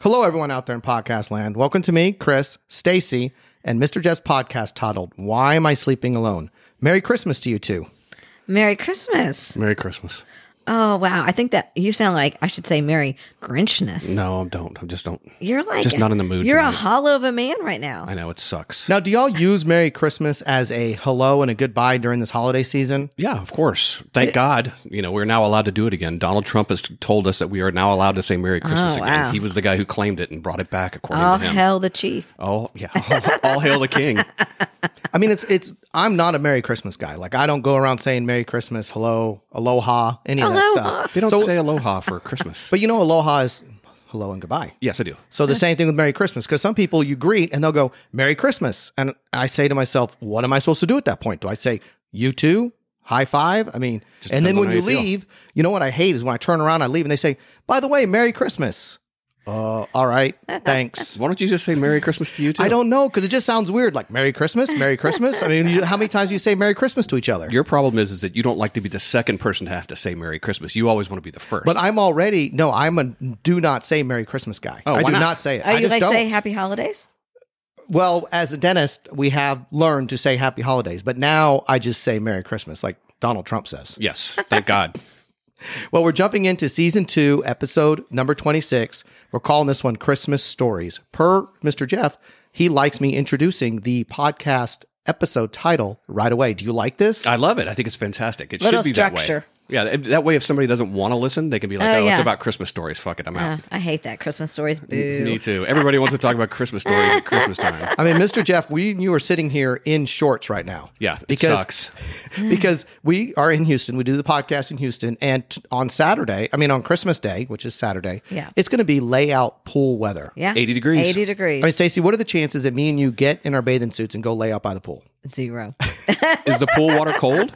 Hello, everyone out there in podcast land. Welcome to me, Chris, Stacy, and Mr. Jeff's podcast titled Why Am I Sleeping Alone? Merry Christmas to you two. Merry Christmas. Merry Christmas. Oh, wow. I think that you sound like I should say Merry Grinchness. No, I don't. I just don't. You're like Just not in the mood You're a tonight. hollow of a man right now. I know it sucks. Now, do y'all use Merry Christmas as a hello and a goodbye during this holiday season? Yeah, of course. Thank God. You know, we're now allowed to do it again. Donald Trump has told us that we are now allowed to say Merry Christmas again. wow. He was the guy who claimed it and brought it back, according All to him. hell the chief. Oh, yeah. All, hail the king. I mean, it's it's. I'm not a Merry Christmas guy. Like, I don't go around saying Merry Christmas, hello, aloha, any of that Aloha. stuff. They don't say aloha for Christmas. But you know, aloha is hello and goodbye. yes, I do. So the same thing with Merry Christmas, because some people you greet and they'll go Merry Christmas, and I say to myself, what am I supposed to do at that point? Do I say you too, high five? I mean, and then depends on when how you you feel. leave, you know what I hate is when I turn around, I leave, and they say, by the way, Merry Christmas. Uh, all right, thanks. Why don't you just say Merry Christmas to you too? I don't know because it just sounds weird. Like Merry Christmas, Merry Christmas. I mean, you, how many times do you say Merry Christmas to each other? Your problem is, is that you don't like to be the second person to have to say Merry Christmas. You always want to be the first. but I'm already no. I'm a do not say Merry Christmas guy. Oh, I why do not? not, say it. Are I you just like don't. say happy holidays? Well, as a dentist, we have learned to say happy holidays, but now I just say Merry Christmas, like Donald Trump says. yes, thank God. Well, we're jumping into season two, episode number 26. We're calling this one Christmas Stories. Per Mr. Jeff, he likes me introducing the podcast episode title right away. Do you like this? I love it. I think it's fantastic. It Little should be structure. that way. Yeah, that way if somebody doesn't want to listen, they can be like, Oh, "Oh, yeah. it's about Christmas stories. Fuck it, I'm out." Uh, I hate that. Christmas stories. Me Boo. too. Everybody wants to talk about Christmas stories at Christmas time. I mean, Mr. Jeff, we and you are sitting here in shorts right now. Yeah, it because sucks. because we are in Houston. We do the podcast in Houston, and t- on Saturday, I mean on Christmas Day, which is Saturday, Yeah. it's going to be layout pool weather. Yeah. 80 degrees. 80 degrees. I mean, Stacey, what are the chances that me and you get in our bathing suits and go lay out by the pool? Zero. Is the pool water cold?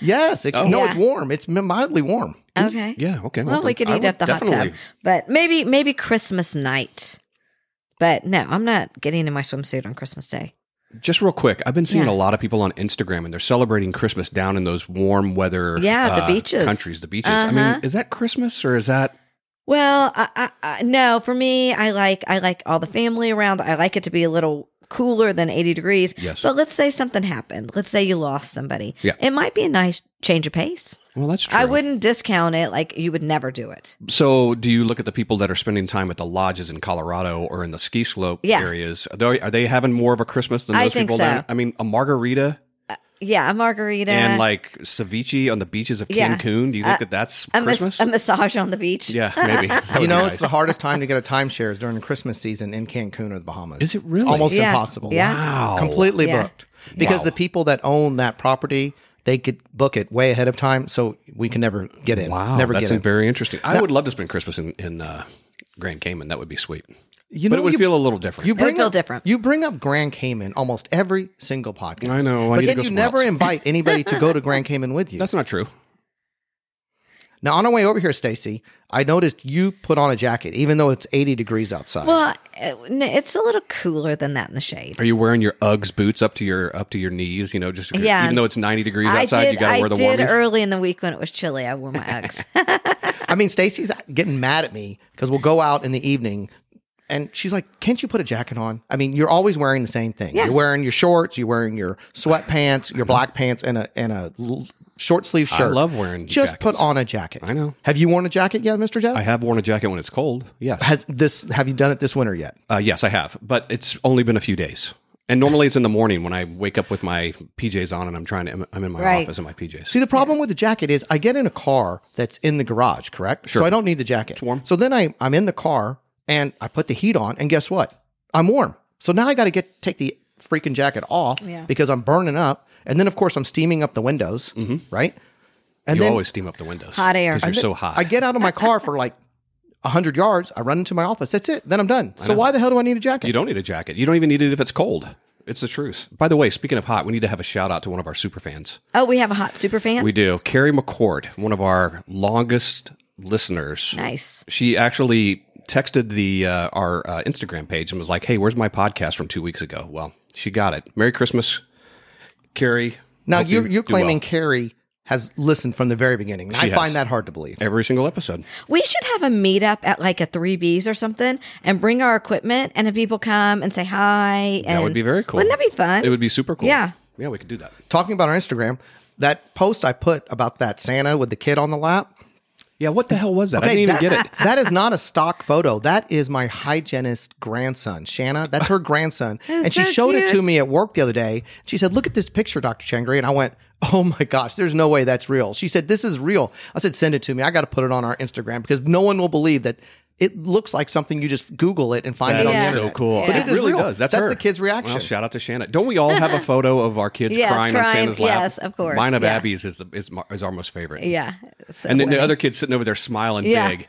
Yes, Oh. it, no, Yeah. it's warm. It's mildly warm. Okay. Yeah, okay. Well, we then could I eat up the would hot definitely- tub, but maybe maybe Christmas night. But no, I'm not getting in my swimsuit on Christmas Day. Just real quick, I've been seeing Yeah. a lot of people on Instagram and they're celebrating Christmas down in those warm weather uh, Yeah, the beaches. countries, the beaches. I Uh-huh. mean, is that Christmas or is that Well, I, I, I, no, for me, I like I like all the family around. I like it to be a little cooler than 80 degrees. Yes. But let's say something happened. Let's say you lost somebody. Yeah. It might be a nice change of pace. Well, that's true. I wouldn't discount it. Like you would never do it. So, do you look at the people that are spending time at the lodges in Colorado or in the ski slope Yeah. areas? Are they, are they having more of a Christmas than I those think people? so. down- I mean, a margarita Yeah, a margarita and like ceviche on the beaches of Yeah. Uh, Cancun. Do you think that that's a, mas- Christmas? a massage on the beach. yeah, maybe. That would you be know, nice. it's the hardest time to get a timeshare is during the Christmas season in Cancun or the Bahamas. Is it It's really? almost Yeah. impossible. Yeah. Wow. completely Yeah. booked because Wow. the people that own that property they could book it way ahead of time, so we can never get in. Wow, never that's get in. very interesting. I would love to spend Christmas in, in uh, Grand Cayman. That would be sweet. You but know, it would you- feel a little different. You bring feel up, different. You bring up Grand Cayman almost every single podcast. I know, I but need to then go you somewhere never else. invite anybody to go to Grand Cayman with you. that's not true. now, on our way over here, Stacy, I noticed you put on a jacket, even though it's 80 degrees outside. Well, it- it's a little cooler than that in the shade. Are you wearing your Uggs boots up to your up to your knees? You know, just Yeah. even though it's ninety degrees outside, I did, you got to I wear the did warmies. early in the week when it was chilly. I wore my Uggs. I mean, Stacy's getting mad at me because we'll go out in the evening. And she's like, "Can't you put a jacket on? I mean, you're always wearing the same thing. Yeah. You're wearing your shorts, you're wearing your sweatpants, your black pants, and a and a l- short sleeve I shirt. love wearing Just put jackets. on a jacket. I know. Have you worn a jacket yet, Mister Jeff? I have worn a jacket when it's cold. Yes. Has this? Have you done it this winter yet? Uh, yes, I have, but it's only been a few days. And normally it's in the morning when I wake up with my PJs on and I'm trying to, I'm in my Right. office in my PJs. See, the problem with the jacket is I get in a car that's in the garage, correct? So I don't need the jacket. It's warm. So then I, I'm in the car and I put the heat on, and guess what? I'm warm. So now I got to get take the freaking jacket off Yeah. because I'm burning up, and then of course I'm steaming up the windows, right? And Mm-hmm. you then always steam up the windows. Hot air. Because and you're then so hot. I get out of my car for like hundred yards. I run into my office. That's it. Then I'm done. So why the hell do I need a jacket? you don't need a jacket. You don't even need it if it's cold. It's the truth. By the way, speaking of hot, we need to have a shout out to one of our super fans. oh, we have a hot super fan. We do. Carrie McCord, one of our longest listeners. nice. She actually texted the uh, our uh, Instagram page and was like, hey, where's my podcast from two weeks ago? Well, she got it. Merry Christmas, Carrie. now Hope you're you you're do well. claiming Carrie has listened from the very beginning. And She I has. find that hard to believe. Every single episode. We should have a meetup at like a three Bs or something, and bring our equipment, and have people come and say hi. And That would be very cool. Wouldn't that be fun? It would be super cool. Yeah. Yeah, we could do that. Talking about our Instagram, that post I put about that Santa with the kid on the lap. Yeah, what the hell was that? I didn't that, even get it. that is not a stock photo. That is my hygienist grandson, Shanna. That's her grandson. and she so showed it to cute. me at work the other day. She said, Look at this picture, Dr. Changri. And I went, Oh my gosh, there's no way that's real. She said, This is real. I said, Send it to me. I got to put it on our Instagram because no one will believe that it looks like something you just Google it and find That it is on the Yeah. internet. so cool. But it is really real. does. That's, That's her. the kid's reaction. Well, shout out to Shannon. Don't we all have a photo of our kids Yes, crying, on crying. Santa's lap? Yes, of course. Mine of Yeah. Abby's is the is, mar- is our most favorite. yeah. So And then the funny. other kid's sitting over there smiling Yeah. big.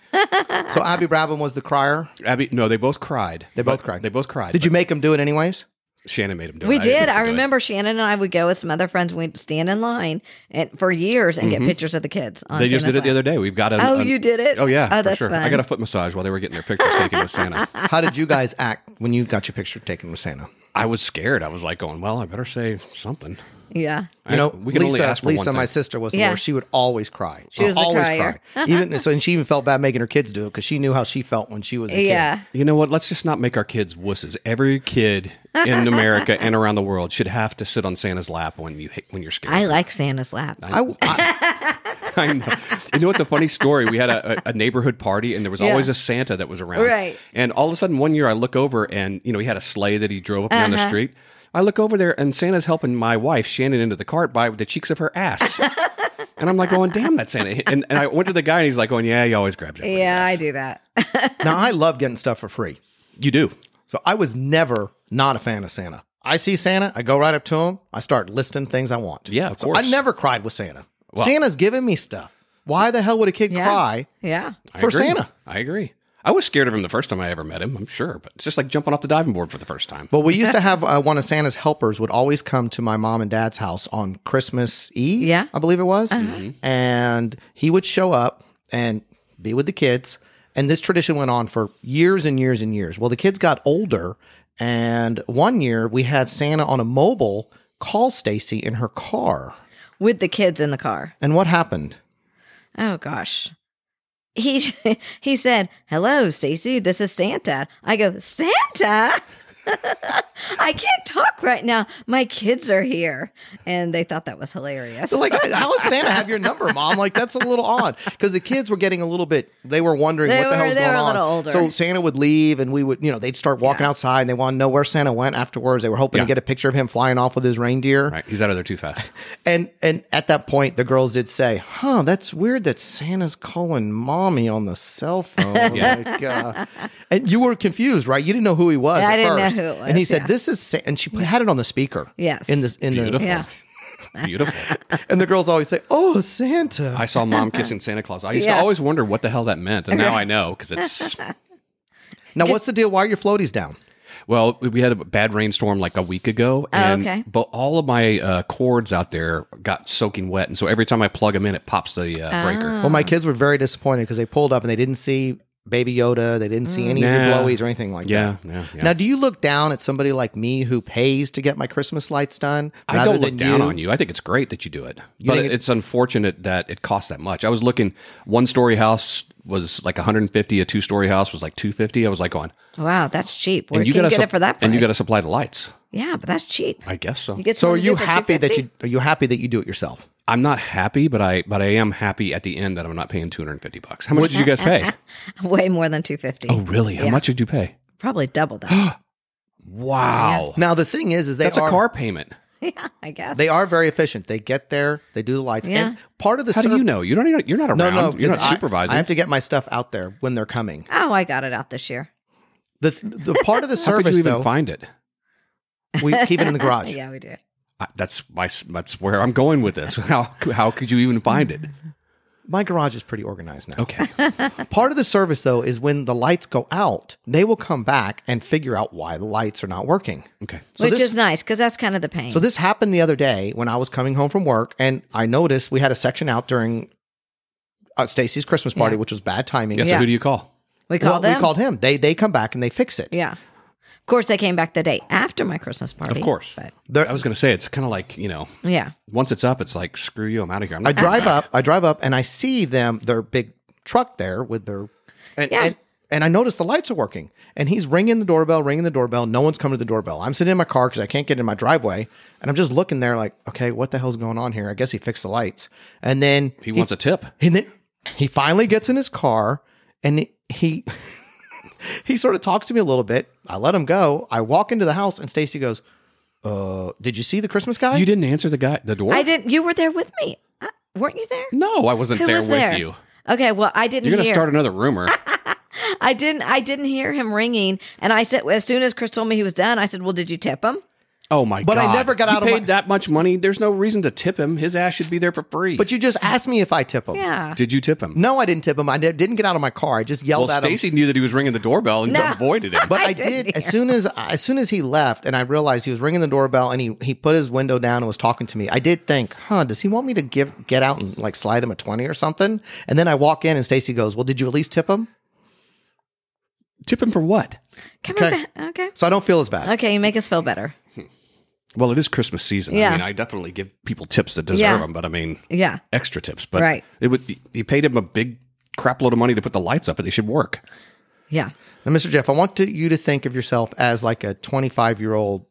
So Abby Brabham was the crier. Abby, no, they both cried. They both But- cried. They both cried. Did you make him do it anyways? Shannon made them do it. We I did. didn't I do it. remember Shannon and I would go with some other friends. We'd stand in line and for years and get pictures of the kids. On Mm-hmm. They just did Santa's it the lap. other day. We've got a. Oh, you did it? Oh yeah. Oh, for that's sure. I fun. got a foot massage while they were getting their pictures taken with Santa. How did you guys act when you got your picture taken with Santa? I was scared. I was like going, well, I better say something. Yeah. You know, I, we can Lisa, only ask for Lisa one my thing. sister was the Yeah. worst. She would always cry. She was the always crier. cry. even so, and she even felt bad making her kids do it because she knew how she felt when she was a Yeah. kid. You know what? Let's just not make our kids wusses. Every kid in America and around the world should have to sit on Santa's lap when you hit- when you're scared. I like Santa's lap. I, I, I know. You know, it's a funny story. We had a, a, a neighborhood party, and there was Yeah. always a Santa that was around. Right. And all of a sudden, one year, I look over, and you know, he had a sleigh that he drove up Uh-huh. and down the street. I look over there, and Santa's helping my wife Shannon into the cart by the cheeks of her ass. and I'm like, going, "Damn, that Santa!" And, and I went to the guy, and he's like, "Going, yeah, he always grabs everybody's yeah, ass." I do that. now I love getting stuff for free, You do. so I was never not a fan of Santa. I see Santa, I go right up to him, I start listing things I want. Yeah, of So course. I never cried with Santa. Santa's giving me stuff. Why the hell would a kid Yeah. cry Yeah. I for agree. Santa? I agree. I was scared of him the first time I ever met him. I'm sure, but it's just like jumping off the diving board for the first time. But we used to have uh, one of Santa's helpers would always come to my mom and dad's house on Christmas Eve. Yeah. I believe it was. And he would show up and be with the kids. And this tradition went on for years and years and years. Well, the kids got older. And one year we had Santa on a mobile call Stacy in her car. With the kids in the car. And what happened? Oh gosh. He he said, "Hello, Stacy. This is Santa." I go, "Santa?" I can't talk right now. My kids are here, and they thought that was hilarious. So, like, how does Santa have your number, Mom? Like, that's a little odd because the kids were getting a little bit. They were wondering They what the were- hell was they going were a on. little older. So Santa would leave, and we would, you know, they'd start walking outside, and they want to know where Santa went afterwards. They were hoping Yeah. to get a picture of him flying off with his reindeer. Right? He's out of there too fast. And and at that point, the girls did say, "Huh, that's weird that Santa's calling mommy on the cell phone." Yeah. Like, uh, and you were confused, right? You didn't know who he was. Yeah, I at didn't know first. who it was, And he said, yeah. "This is," Sa-, and she put- had it on the speaker. Yes. In this, in Beautiful. Yeah. Beautiful. the, and the girls always say, "Oh, Santa." I saw mom kissing Santa Claus. I used Yeah. to always wonder what the hell that meant, and now I know because it's Now, what's the deal? Why are your floaties down? well, we had a bad rainstorm like a week ago, and Oh, okay. but all of my uh, cords out there got soaking wet, and so every time I plug them in, it pops the uh, breaker. Oh. Well, my kids were very disappointed because they pulled up and they didn't see Baby Yoda. They didn't see any of your Mm. Nah. blowies or anything like Yeah, that. yeah, yeah. Now, do you look down at somebody like me who pays to get my Christmas lights done? I rather don't look than down on you. I think it's great that you do it, but think it- it's unfortunate that it costs that much. I was looking one story house was like 150, a two story house was like 250. I was like going, Wow, that's cheap. Where and you can got you to get it for that price? and you got to supply the lights. yeah, but that's cheap. I guess so. You get So, are someone to you do it for happy that $2.50? you are you happy that you do it yourself? I'm not happy, but I but I am happy at the end that I'm not paying 250 bucks. How much did you guys pay? way more than two fifty? oh, really? How Yeah. much did you pay? Probably double that. Wow. Now, the thing is, is they That's are a car payment. yeah, I guess. they are very efficient. They get there, they do the lights, Yeah. and part of the How do ser- you know? You don't even, you're not around. no no you're because not I- supervising. I have to get my stuff out there when they're coming. oh, I got it out this year. The the part of the How could service you even though find it? we keep it in the garage. Yeah, we do. I, that's my s- that's where I'm going with this. How how could you even find it? My garage is pretty organized now. Okay. Part of the service, though, is when the lights go out, they will come back and figure out why the lights are not working. Okay. So Which this- is nice because that's kind of the pain. So this happened the other day when I was coming home from work, and I noticed we had a section out during uh, Stacy's Christmas party, Yeah. which was bad timing. Yeah, so Yeah. who do you call? we Well, called them. we called him. They they come back and they fix it. yeah, Of course, they came back the day after my Christmas party. Of course. But There- I was going to say it's kind of like you know, yeah. once it's up, it's like screw you, I'm out of here. I'm I not- drive Uh-huh. up, I drive up, and I see them their big truck there with their and Yeah. and, and I notice the lights are working, and he's ringing the doorbell, ringing the doorbell. No one's coming to the doorbell. I'm sitting in my car because I can't get in my driveway, and I'm just looking there like, okay, what the hell's going on here? I guess he fixed the lights, and then he wants a tip. and then he finally gets in his car and he he sort of talks to me a little bit. I let him go. I walk into the house and Stacy goes, "Uh, did you see the Christmas guy?" You didn't answer the guy, the door. I didn't. You were there with me, uh, weren't you there? No, I wasn't Who there was with there? you. Okay, well, I didn't You're going to hear. start another rumor. I didn't. I didn't hear him ringing, and I said as soon as Chris told me he was done, I said, "Well, did you tip him?" Oh my But I god! never got You out of paid my- that much money. There's no reason to tip him. His ass should be there for free. but you just asked me if I tip him. Yeah. did you tip him? No, I didn't tip him. I di- didn't get out of my car. I just yelled Well, at him. Stacy knew that he was ringing the doorbell and No. avoided him. But I, I did didn't as soon as as soon as he left, and I realized he was ringing the doorbell, and he he put his window down and was talking to me. I did think, huh? Does he want me to give get out and like slide him a twenty or something? And then I walk in, and Stacy goes, "Well, did you at least tip him?" tip him for what? Come Okay. okay. Okay. So I don't feel as bad. Okay, you make us feel better. Well, it is Christmas season. Yeah. I mean, I definitely give people tips that deserve Yeah. them, but I mean, Yeah. extra tips. But Right. it would. be- He paid him a big crap load of money to put the lights up, but they should work. Yeah. Now, Mr. Jeff, I want to, you to think of yourself as like a 25 year old.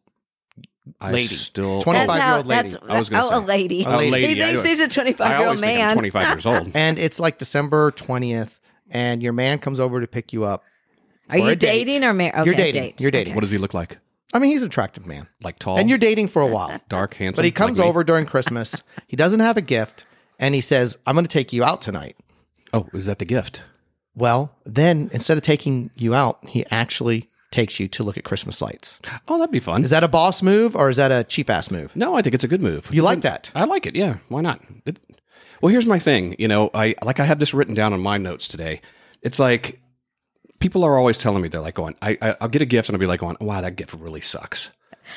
I Lady. still. 25 25-year-old lady. That's, I was gonna oh, say. a lady. A lady. He I thinks do it. he's a I 25 year always old think I'm man. 25 years old. And it's like December 20th, and your man comes over to pick you up. for Are a you date. dating or married? Okay, you're dating. Date. You're dating. What does he look like? I mean, he's an attractive man. Like tall, And you're dating for a while. dark, handsome. But he comes like me? over during Christmas. he doesn't have a gift, and he says, I'm going to take you out tonight. Oh, is that the gift? Well, then instead of taking you out, he actually takes you to look at Christmas lights. Oh, that'd be fun. Is that a boss move or is that a cheap ass move? No, I think it's a good move. You like that? I like it. Yeah. Why not? It, well, here's my thing. You know, I like I have this written down on my notes today. It's like people are always telling me they're like going, I, I I'll get a gift and I'll be like going, wow, that gift really sucks.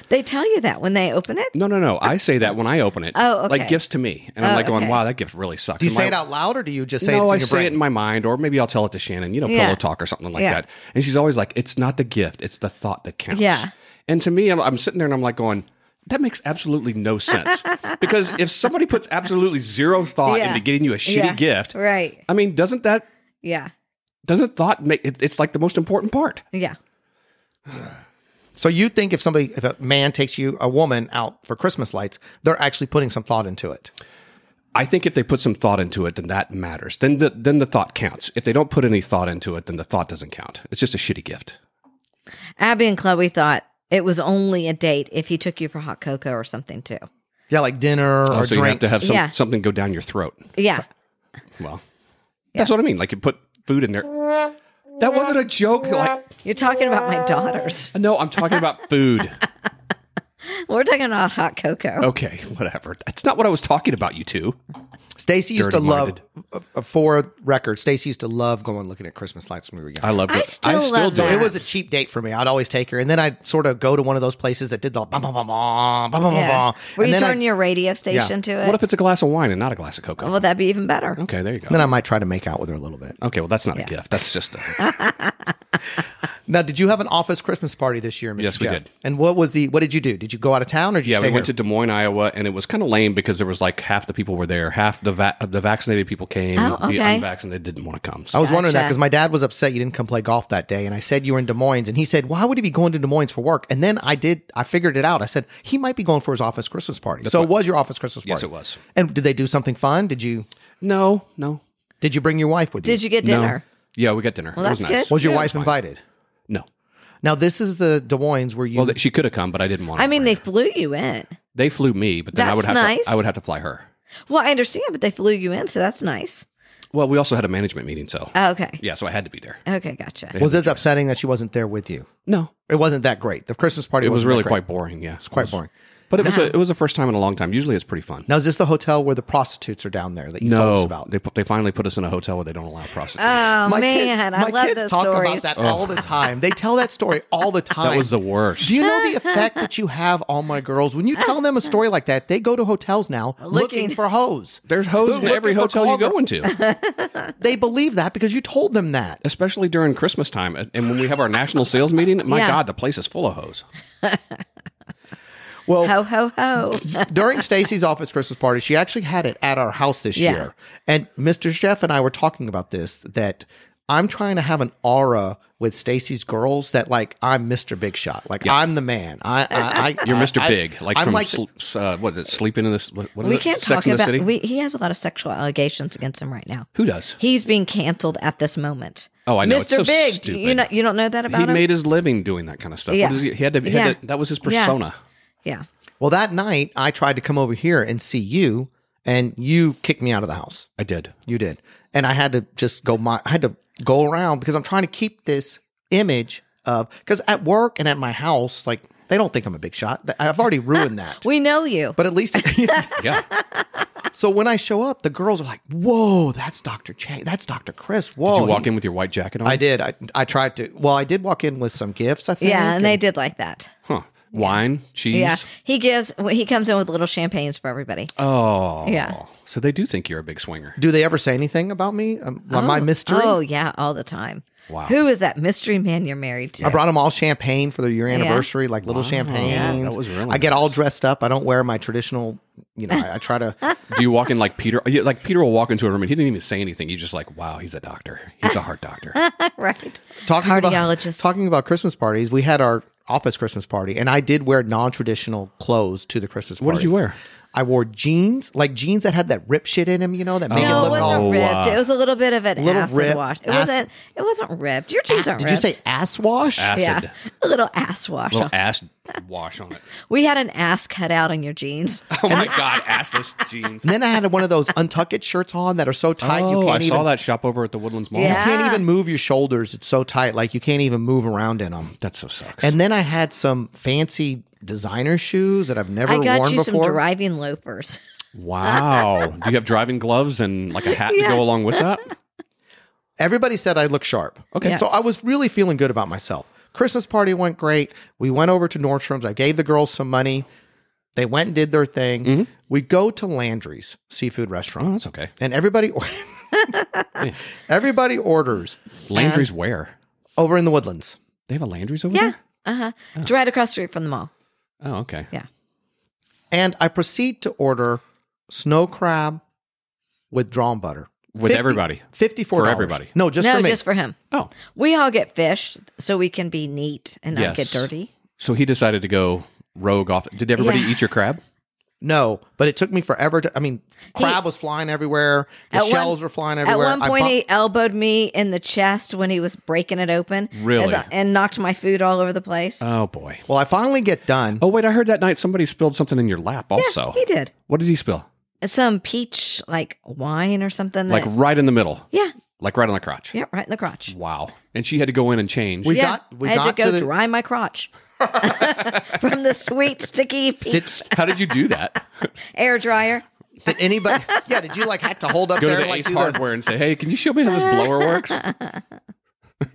They tell you that when they open it. No, no, no. I say that when I open it. Uh, Oh, okay. Like gifts to me, and I'm Oh, like going, okay. wow, that gift really sucks. Do you And say my- it out loud or do you just say it no, I in your say brain? it in my mind, or maybe I'll tell it to Shannon, you know, Yeah. pillow talk or something like Yeah. that. And she's always like, it's not the gift, it's the thought that counts. Yeah. And to me, I'm, I'm sitting there and I'm like going, that makes absolutely no sense. because if somebody puts absolutely zero thought Yeah. into getting you a shitty Yeah. gift, Right. I mean, doesn't that, Yeah. doesn't thought make, it, it's like the most important part. Yeah. So you think if somebody, if a man takes you, a woman out for Christmas lights, they're actually putting some thought into it. I think if they put some thought into it, then that matters. Then the, then the thought counts. If they don't put any thought into it, then the thought doesn't count. It's just a shitty gift. Abby and Chloe thought it was only a date if he took you for hot cocoa or something too. Yeah, like dinner or so you have drinks. to have some, Yeah. something go down your throat. Yeah. Well, that's what I mean. Like you put food in there. That wasn't a joke. Like You're talking about my daughters. no, I'm talking about food. We're talking about hot cocoa. Okay, whatever. That's not what I was talking about. You two. Stacy used to love, dirty-minded. uh, for record, Stacy used to love going looking at Christmas lights when we were young. I love it. I still love do So it that. was a cheap date for me. I'd always take her, and then I'd sort of go to one of those places that did the bum bum bum bum bum Oh, bum Yeah. bum. Were and you then turning I, your radio station to it? What if it's a glass of wine and not a glass of cocoa? well, that'd be even better. okay, there you go. then I might try to make out with her a little bit. okay, well that's not a gift. That's just a, Now, did you have an office Christmas party this year, Mr. Yes, we Jeff? did. And what was the? What did you do? Did you go out of town or did you yeah. stay We went here? to Des Moines, Iowa, and it was kind of lame because there was like half the people were there, half the va- the vaccinated people came, Oh, the okay. unvaccinated didn't want to come. I So was wondering that Gotcha. because my dad was upset you didn't come play golf that day, and I said you were in Des Moines, and he said, "Why would he be going to Des Moines for work?" And then I did. I figured it out. I said he might be going for his office Christmas party. so it was your office Christmas party? Yes, it was. And did they do something fun? Did you? no, no, Did you bring your wife with you? Did you get dinner? no. Yeah, we got dinner. Well, that's it was nice. good. Was your Yeah, it wife fine. invited? No. Now this is the Des Moines where you. Well, she could have come, but I didn't want. I her. mean, they flew you in. They flew me, but then I would have That's nice. to, I would have to fly her. Well, I understand, but they flew you in, so that's nice. Well, we also had a management meeting, so Oh, okay. yeah, so I had to be there. Okay, gotcha. was it upsetting that she wasn't there with you? No, It wasn't that great. The Christmas party it was wasn't really that great. quite boring. Yeah, it's quite boring. But it was a, it was the first time in a long time. Usually it's pretty fun. Now, is this the hotel where the prostitutes are down there that you told us about? they put, they finally put us in a hotel where they don't allow prostitutes. Oh My kid- man, my I love kids those talk stories. about that all the time. They tell that story all the time. that was the worst. Do you know the effect that you have on my girls when you tell them a story like that? They go to hotels now looking, for hoes. There's hoes in Looking every for hotel you clogger. go into, They believe that because you told them that. especially during Christmas time. uh, And when we have our national sales meeting, my Yeah. God, the place is full of hoes. Well, Ho ho ho! during Stacy's office Christmas party, she actually had it at our house this Yeah. year. And Mr. Jeff and I were talking about this that I'm trying to have an aura with Stacy's girls that like I'm Mr. Big Shot, like I'm the man. I, I, I You're I- Mr. I- Big, like I'm from like sl- s- uh, what is it? Sleeping in this. What is We it? can't Sex talk in the about. City? We, he has a lot of sexual allegations against him right now. Who does? He's being canceled at this moment. Oh, I know. Mr. It's so Big, stupid. you know, you don't know that about He him. made his living doing that kind of stuff. What Yeah. is he, he had to. He had Yeah. to- that was his Yeah. persona. yeah, well that night I tried to come over here and see you and you kicked me out of the house. I did. You did. And I had to just go my I had to go around because I'm trying to keep this image of because at work and at my house, like they don't think I'm a big shot. I've already ruined that. we know you. But at least Yeah. So when I show up, the girls are like, "Whoa, that's Dr. Chang. That's Dr. Chris. Whoa." Did you walk in with your white jacket on? I did. I, I tried to. Well, I did walk in with some gifts, I think. yeah, and they did like that. Huh. Wine, cheese. Yeah, he gives. He comes in with little champagnes for everybody. Oh. Yeah. So they do think you're a big swinger. Do they ever say anything about me? Um, my mystery? Oh yeah, all the time. Wow. Who is that mystery man you're married to? I brought them all champagne for their year anniversary, like little champagnes. That was really I get all nice. dressed up. I don't wear my traditional, you know, I, I try to. Do you walk in like Peter? you- Like Peter will walk into a room and he didn't even say anything. He's just like, wow, he's a doctor. He's a heart doctor. right. talking Cardiologist. About, talking about Christmas parties, we had our office Christmas party, and I did wear non traditional clothes to the Christmas party. What did you wear? I wore jeans, like jeans that had that rip shit in them, you know, that make No, it it look all wasn't ripped. It was a little bit of an Oh, uh, Little acid rip, wash. It acid- wasn't. It wasn't ripped. Your jeans aren't Did you ripped. say ass wash? Acid. Yeah, a little ass wash. Little ass wash on it. We had an ass cut out on your jeans. Oh my God. Assless jeans. And then I had one of those untuck it shirts on that are so tight you Oh, can't I even saw that shop over at the Woodlands Mall. you Yeah. can't even move your shoulders. It's so tight, like you can't even move around in them. That so sucks. And then I had some fancy designer shoes that I've never I got worn you some before. driving loafers. wow. do you have driving gloves and like a hat to Yeah. go along with that? Everybody said I look sharp. Okay. Yes. So I was really feeling good about myself. Christmas party went great. We went over to Nordstrom's. I gave the girls some money. They went and did their thing. Mm-hmm. We go to Landry's seafood restaurant. Oh, that's okay. and everybody everybody orders Landry's where? over in the woodlands. They have a Landry's Mm-hmm. over Yeah. there? Uh huh. It's right across the street from the mall. Oh, okay. Yeah. And I proceed to order snow crab with drawn butter. With everybody. Fifty-four For everybody. No, just no, for me. just for him. Oh. We all get fish, so we can be neat and not Yes. get dirty. So he decided to go rogue off. Did everybody Yeah. eat your crab? no, but it took me forever to. I mean, crab was flying everywhere. The At one- shells were flying everywhere. At one I point, bu- he elbowed me in the chest when he was breaking it open. as Really? I- and knocked my food all over the place. Oh boy. well, I finally get done. Oh wait, I heard that night somebody spilled something in your lap also. he did. What did he spill? Some peach, like wine or something. Like that- right in the middle. yeah, Like right on the crotch. yeah, right in the crotch. Wow. And she had to go in and change. We yeah, got- we I had got to to go the- dry my crotch from the sweet sticky peach How did you do that? air dryer. Did anybody? yeah, did you like have to hold up Go there? to and, the like, Ace do the- Hardware and say, "Hey, can you show me how this blower works?"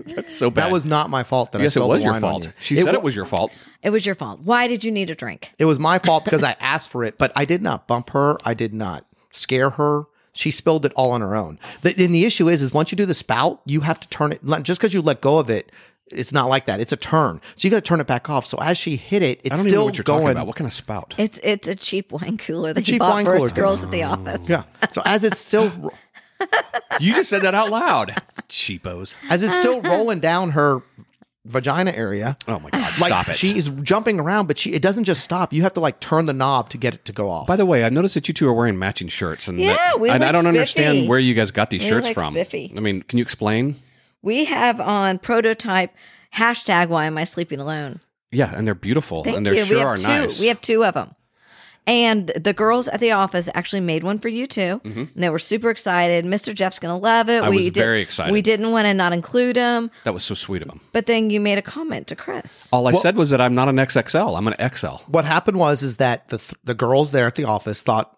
That's so bad. That was not my fault. That I yes, it spilled was the your wine on fault. you. She said wa- it was your fault. It was your fault. Why did you need a drink? It was my fault because I asked for it, but I did not bump her. I did not scare her. She spilled it all on her own. The, and the issue is, is once you do the spout, you have to turn it. let- Just because you let go of it, it's not like that. It's a turn, so you got to turn it back off. So as she hit it, I it's don't still even know what you're talking going. about. What kind of spout? It's it's a cheap wine cooler that cheap you bought wine for cooler. us girls at the office. Yeah. So as it's still ro- you just said that out loud. Cheapos. as it's still rolling down her vagina area, Oh my god, like stop it. she is jumping around, but she it doesn't just stop. You have to like turn the knob to get it to go off. By the way, I noticed that you two are wearing matching shirts, and Yeah, that- we and I look don't understand spiffy. where you guys got these We shirts look from. spiffy. I mean, can you explain? We have on prototype hashtag Why am I sleeping alone? Yeah, and they're beautiful, Thank and they you. sure we are have two. nice. We have two of them, And the girls at the office actually made one for you too. And they were super excited. Mr. Jeff's going to love it. Mm-hmm. I was very excited. We didn't want to not include him. That was so sweet of him. But then you made a comment to Chris. All I said was that I'm not an XXL. I'm an XL. What happened was is that the th- the girls there at the office thought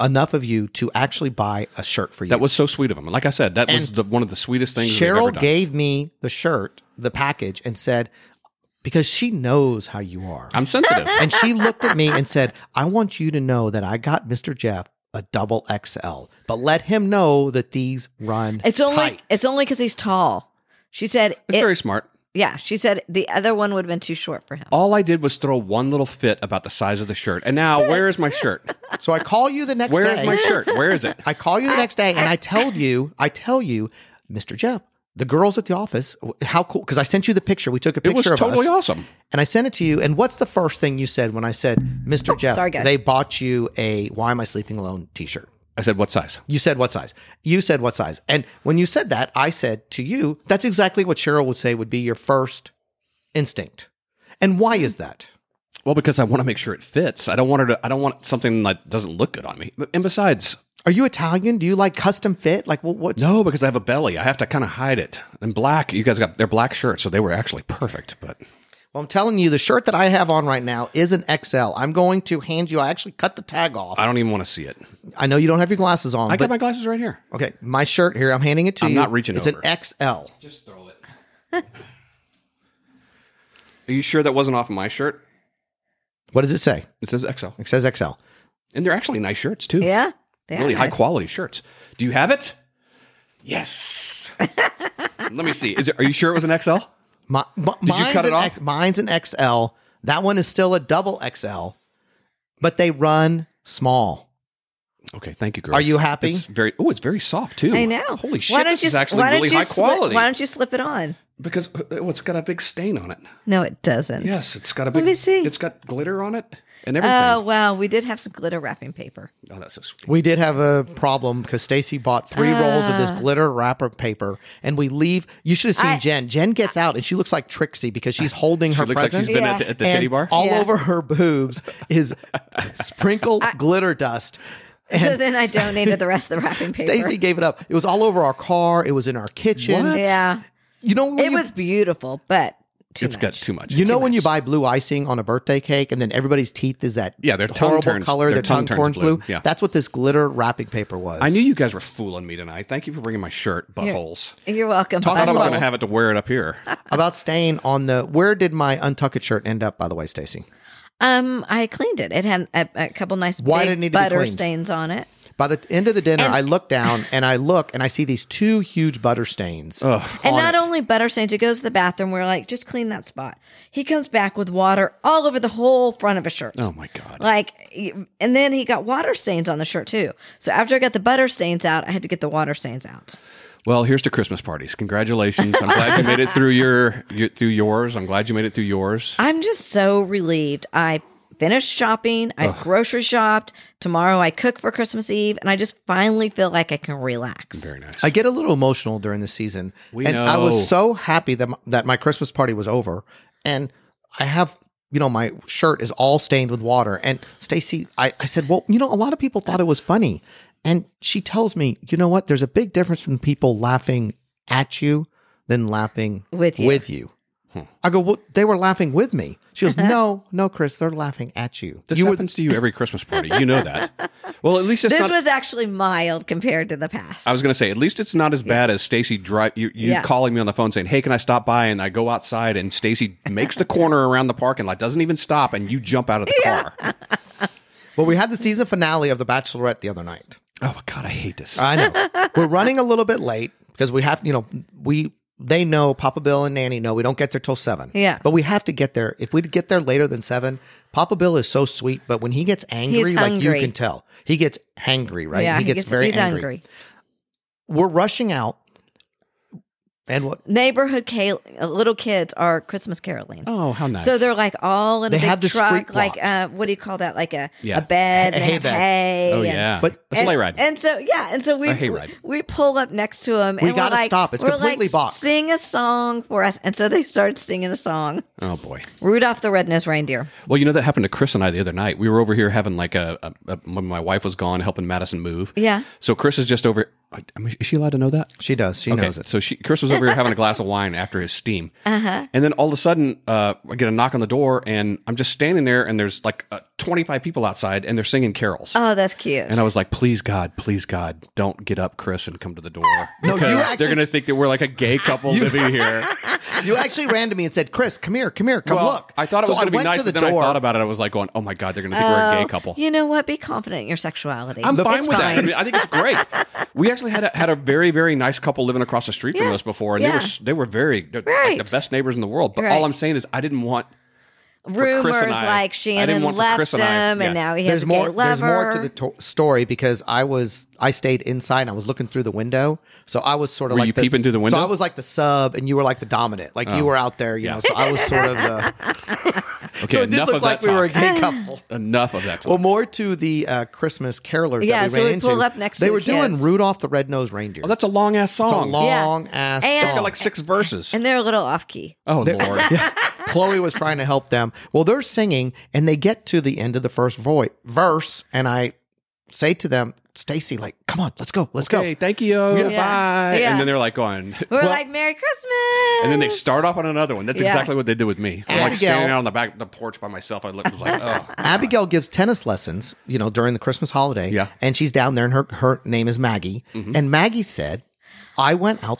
enough of you to actually buy a shirt for you. That was so sweet of him. Like I said, that was the, one of the sweetest things they've ever Cheryl done. gave me the shirt, the package, and said because she knows how you are. I'm sensitive. and she looked at me and said, I want you to know that I got Mr. Jeff a double XL, but let him know that these run It's only tight. it's only because he's tall. She said, It's it- very smart. "Yeah." She said the other one would have been too short for him. All I did was throw one little fit about the size of the shirt. And now, where is my shirt? so I call you the next Where day. is my shirt? Where is it? I call you the next day and I tell you, I tell you, Mr. Jeff, the girls at the office, how cool. Because I sent you the picture. We took a picture It was of totally us. awesome. And I sent it to you. And what's the first thing you said when I said, Mr. Jeff, Oh, sorry, guys. they bought you a Why Am I Sleeping Alone t shirt? I said, what size? You said what size? You said what size? And when you said that, I said to you, that's exactly what Cheryl would say would be your first instinct. And why is that? Well, because I want to make sure it fits. I don't want her to. I don't want something that doesn't look good on me. But- And besides, Are you Italian? Do you like custom fit? Like, what? what's no, because I have a belly. I have to kind of hide it. And black. You guys got they're black shirts, so they were actually perfect. But Well, I'm telling you, the shirt that I have on right now is an XL. I'm going to hand you. I actually cut the tag off. I don't even want to see it. I know you don't have your glasses on. I but, got my glasses right here. okay, my shirt here. I'm handing it to I'm you. not reaching It's over. an XL. Just throw it. Are you sure that wasn't off my shirt? What does it say? It says XL, It says XL. and they're actually nice shirts too. Yeah, They are really high nice. quality shirts. Do you have it? Yes. Let me see. Is it, are you sure it was an XL? My, my, you mine's cut it an off? X- mine's an XL. That one is still a double XL, but they run small. Okay, thank you, girls. Are you happy? It's very. Oh, it's very soft too. I know. Holy shit! Why don't this you? is actually why don't really you high slip- quality. why don't you slip it on? because uh, oh, it's got a big stain on it. No, it doesn't. Yes, it's got a big. Let me see. It's got glitter on it and everything. Oh Oh, wow, we did have some glitter wrapping paper. that's so sweet. We did have a problem because Stacy bought three rolls of this glitter wrapper paper, and we leave. You should have seen I- Jen. Jen gets out, and she looks like Trixie because she's holding her She looks like presents. she's been Yeah. at the, at the and titty bar. all Yeah. over her boobs is sprinkled glitter dust. so then I donated the rest of the wrapping paper. Stacy gave it up. It was all over our car. It was in our kitchen. What? yeah, You know, when it you, was beautiful, but too it's much. got too much. You know when you buy blue icing on a birthday cake, and then everybody's teeth is that Yeah, their tongue horrible turns- color, their their tongue, tongue turns turns blue. blue, yeah. That's what this glitter wrapping paper was. I knew you guys were fooling me tonight. Thank you for bringing my shirt buttholes. You're welcome. Talk I thought I butthole. was about- going to have it to wear it up here. about staying on the. Where did my untucked shirt end up? By the way, Stacy. Um, I cleaned it. It had a, a couple nice Why big did it need to be butter cleaned? stains on it. By the end of the dinner, And- I look down and I look and I see these two huge butter stains. And on not it. only butter stains, he goes to the bathroom. We're like, just clean that spot. He comes back with water all over the whole front of his shirt. Oh my god. Like, and then he got water stains on the shirt too. So after I got the butter stains out, I had to get the water stains out. Well, here's to Christmas parties. Congratulations. I'm glad you made it through your, your through yours. I'm glad you made it through yours. I'm just so relieved. I finished shopping. I grocery shopped. Tomorrow I cook for Christmas Eve, and I just finally feel like I can relax. Very nice. I get a little emotional during the season. We and I know. was so happy that my, that my Christmas party was over, and I have. You know, my shirt is all stained with water. And Stacy, I, I said, Well, you know, a lot of people thought it was funny. And she tells me, You know what? There's a big difference from people laughing at you than laughing With you. With you. Hmm. I go, Well, they were laughing with me. She goes, No, no, Chris, they're laughing at you. this you were- happens to you every Christmas party. You know that. Well, at least it's This not. was actually mild compared to the past. I was going to say, at least it's not as bad as Stacy drive you, you Yeah. calling me on the phone saying, "Hey, can I stop by?" And I go outside, and Stacy makes the corner around the parking lot, doesn't even stop, and you jump out of the car. well, we had the season finale of The Bachelorette the other night. Oh God, I hate this. Uh, I know. We're running a little bit late because we have, you know, we they know Papa Bill and Nanny know we don't get there till seven. Yeah. But we have to get there. If we get there later than seven, Papa Bill is so sweet, but when he gets angry, like you hungry. can tell, he gets hangry, right? Yeah, he gets very he's angry. angry. We're rushing out. And what? Neighborhood ca- uh, little kids are Christmas caroling. Oh, how nice. So they're like all in They a big have the truck, street like blocked. uh, what do you call that? Like a Yeah. a bed, A- a and hay hay, bed. Oh, and- yeah. But- a sleigh and- ride. And so yeah, and so we A hay ride. we pull up next to them. We and gotta we're like, stop. It's we're completely like, boxed. Sing a song for us, and so they started singing a song, oh, boy. Rudolph the Red-Nosed Reindeer. Well, you know, that happened to Chris and I the other night. We were over here having like a, a, a when my wife was gone helping Madison move. Yeah. So Chris is just over. I mean, is she allowed to know that? She does. She knows it. So she, Chris was over here having a glass of wine after his steam. Uh-huh. And then all of a sudden, uh, I get a knock on the door and I'm just standing there and there's like uh, 25 people outside and they're singing carols. Oh, that's cute. and I was like, please God, please God, don't get up, Chris, and come to the door. No, you Because actually- they're going to think that we're like a gay couple living here. You actually ran to me and said, "Chris, come here, come here, come Well, look." I thought it So was going to be went nice, to but the then I door. thought about it. I was like going, oh my God, they're going to think we're Oh. a gay couple. You know what? Be confident in your sexuality. I'm It's fine with that. I, fine. mean, I think it's great. we actually had a, had a very very nice couple living across the street from Yeah. us before, and they Yeah. were s- they were very they're, like Right. the best neighbors in the world. But Right. all I'm saying is I didn't want for Rumors Chris and I- I like didn't Shannon want for left Chris him, and I- and, yeah. now he has There's a more. gay lover. There's more to the to- story because I was I stayed inside. and I was looking through the window, so I was sort of Were like you the, peeping through the window? Oh. So I was like the sub, and you were like the dominant. Like you were out there, you know. So I was sort of the. okay so it did enough look of like that we were a talk. gay couple. enough of that talk. Well, more to the uh, Christmas carolers. Yeah, that we so ran we into. pulled up next to They the were doing kids. Rudolph the Red Nosed Reindeer. oh, that's a long ass It's a song. long ass. And- it's song. got like six verses. and they're a little off key. oh lord. Chloe was trying to help them. Well, they're singing and they get to the end of the first vo- verse, and I say to them, Stacy, like, come on, let's go, let's Okay, thank you. Bye. Yeah. And then they're like going. We're "Well," like, Merry Christmas. and then they start off on another one. That's Yeah. exactly what they did with me. I'm like Abigail- standing out on the back the porch by myself. I looked, was like, oh. go. Abigail gives tennis lessons, you know, during the Christmas holiday. Yeah. Mm-hmm. And she's down there, and her, her name is Maggie. And Maggie said, I went out.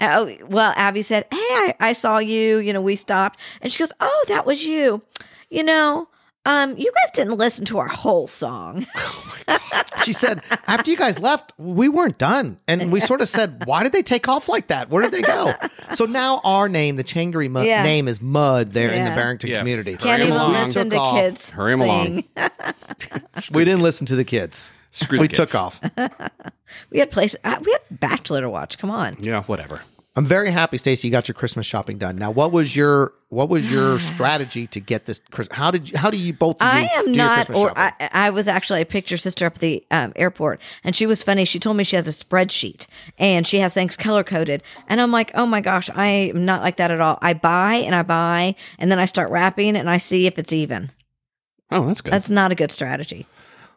Oh, well, Abby said, Hey, I, I saw you. You know, we stopped. And she goes, Oh, that was you. You know, um, you guys didn't listen to our whole song. She said, after you guys left, we weren't done. And we sort of said, why did they take off like that? Where did they go? So now our name, the Changri mu- Yeah. name is Mud there in the Yeah. Barrington Yeah. community. Can't Hurry 'em even along. listen Took to off. kids. Hurry 'em sing. along. We didn't listen to the kids. Screw the we kids. took off. We had places. Uh, we had Bachelor to watch. Come on. Yeah, whatever. I'm very happy, Stacey. You got your Christmas shopping done. Now, what was your what was your strategy to get this? Chris- How did you, how do you both? of you I am do your not, Christmas or shopping? I, I was actually, I picked your sister up at the um, airport and she was funny. She told me she has a spreadsheet and she has things color coded. And I'm like, oh my gosh, I am not like that at all. I buy and I buy and then I start wrapping and I see if it's even. Oh, that's good. That's not a good strategy.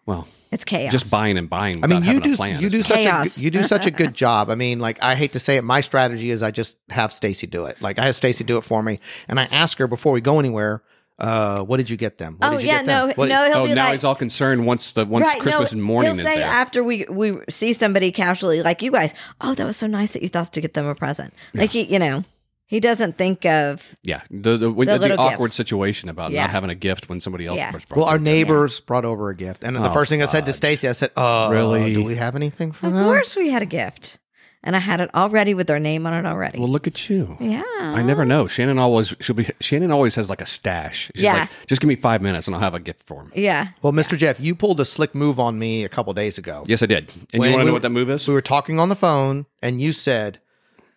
well, It's chaos. just buying and buying. I mean, you do a plan. you do It's such a, Chaos. good- you do such a good job. I mean, like I hate to say it, my strategy is I just have Stacy do it. Like I have Stacy do it for me, and I ask her before we go anywhere. Uh, what did you get them? What Oh did you yeah, get them? no, What- no. He'll oh, be now like, he's all concerned once the once Christmas no, morning He'll is say there. after we we see somebody casually, like you guys. Oh, that was so nice that you thought to get them a present. Like he, you know, he doesn't think of yeah, the the, when- The the little awkward gifts. situation about Yeah. not having a gift when somebody else Yeah. was brought. Well, our to- neighbors brought over a gift, and the Oh, first thing I said to fudge. Stacy, I said, "Uh, Really? Do we have anything for Of Uh-huh. them?" course, we had a gift, and I had it already with their name on it already. well, look at you. yeah, I never know. Shannon always she'll be Shannon always has like a stash. She's Yeah. like, just give me five minutes and I'll have a gift for him. Yeah, Well, Mr. Jeff, you pulled a slick move on me a couple days ago. Yes, I did. And When you want to we know were- what that move is? we were talking on the phone and you said,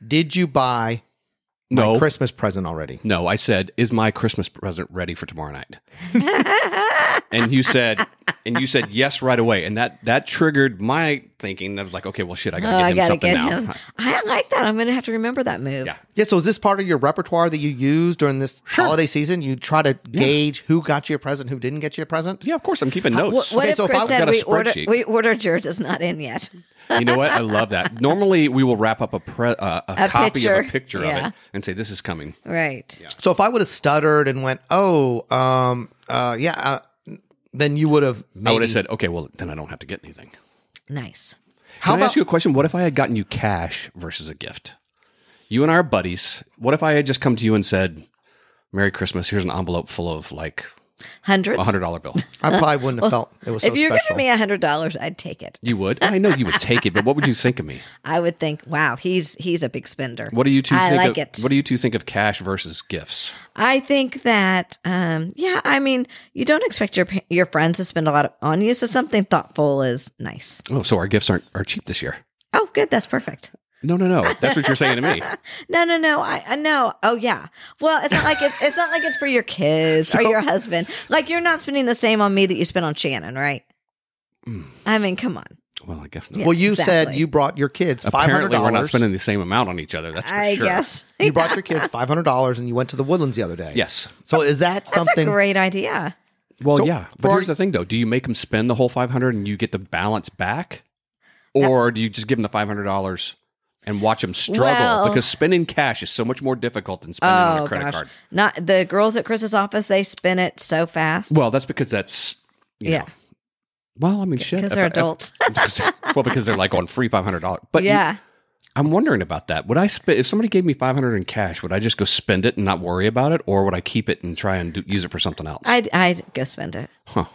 Did you buy my no, Christmas present already? no. I said, is my Christmas present ready for tomorrow night? and you said, and you said yes right away, and that that triggered my thinking. I was like, okay, well, shit, I oh, gotta get I him gotta get something now. him. I like that. I'm gonna have to remember that move. Yeah. Yeah, so is this part of your repertoire that you use during this holiday season? You try to gauge who got you a present, who didn't get you a present? Yeah, of course, I'm keeping Uh, Wh- notes. What Okay, if so if Chris I've said got a we ordered spreadsheet- we ordered yours? It's not in yet. You know what? I love that. Normally, we will wrap up a pre- uh, a, A copy of a picture. picture Yeah. of it and say, "This is coming." Right. So if I would have stuttered and went, Oh, um, uh, yeah, uh, then you would have I maybe. would have said, "Okay, well, then I don't have to get anything." Nice. How Can I about ask you a question? What if I had gotten you cash versus a gift? You and I are buddies. What if I had just come to you and said, "Merry Christmas. Here's an envelope full of like Hundreds. a hundred dollar bill." I probably wouldn't have felt it was so if you're special. giving me a hundred dollars, I'd take it. You would? I know you would take it, but what would you think of me? I would think, wow, he's he's a big spender. What do you two I think? like of, it. What do you two think of cash versus gifts? I think that, um, yeah, I mean, you don't expect your pa- your friends to spend a lot on you, so something thoughtful is nice. Oh, so our gifts aren't are cheap this year. Oh, good, that's perfect. No, no, no. That's what you're saying to me. No, no, no. I, I know. Oh, yeah. Well, it's not like it's, it's not like it's for your kids or So- your husband. Like you're not spending the same on me that you spent on Shannon, right? Mm. I mean, come on. Well, I guess not. well, you said exactly. you brought your kids five hundred Apparently, we're not dollars. spending the same amount on each other. That's for I sure. guess you brought your kids five hundred dollars, and you went to the Woodlands the other day. Yes. So is that that's a something? great idea. Well, So, yeah. for But here's our- the thing, though. Do you make them spend the whole 500 and you get the balance back? Or do you just give them the $500 and watch them struggle? Well- because spending cash is so much more difficult than spending on Oh a credit gosh, card. not the girls at Chris's office. They spin it so fast. Well, that's because that's, you Yeah. know. Well, I mean, shit. because if they're I- adults. because they're- well, because they're like on free $500. But yeah. yeah, I'm wondering about that. Would I spend, if somebody gave me 500 in cash, would I just go spend it and not worry about it? Or would I keep it and try and do, use it for something else? I'd, I'd go spend it. huh.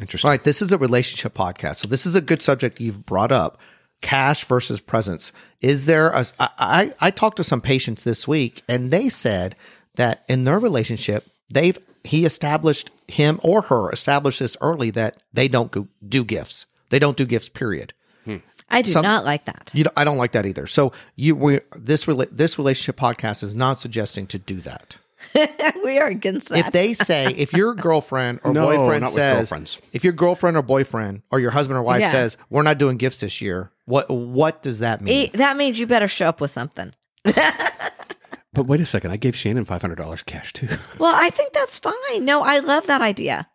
Interesting. All right, this is a relationship podcast, so this is a good subject you've brought up: cash versus presents. Is there a? I I, I talked to some patients this week, and they said that in their relationship, they've he established him or her established this early that they don't go, do gifts. They don't do gifts. Period. I do not like that. You know, I don't like that either. So you we this rela- this relationship podcast is not suggesting to do that. we are against that. If they say if your girlfriend or No, boyfriend not with says girlfriends. if your girlfriend or boyfriend or your husband or wife Yeah. says we're not doing gifts this year, what what does that mean? E- that means you better show up with something. But wait a second, I gave Shannon five hundred dollars cash too. Well, I think that's fine. No, I love that idea.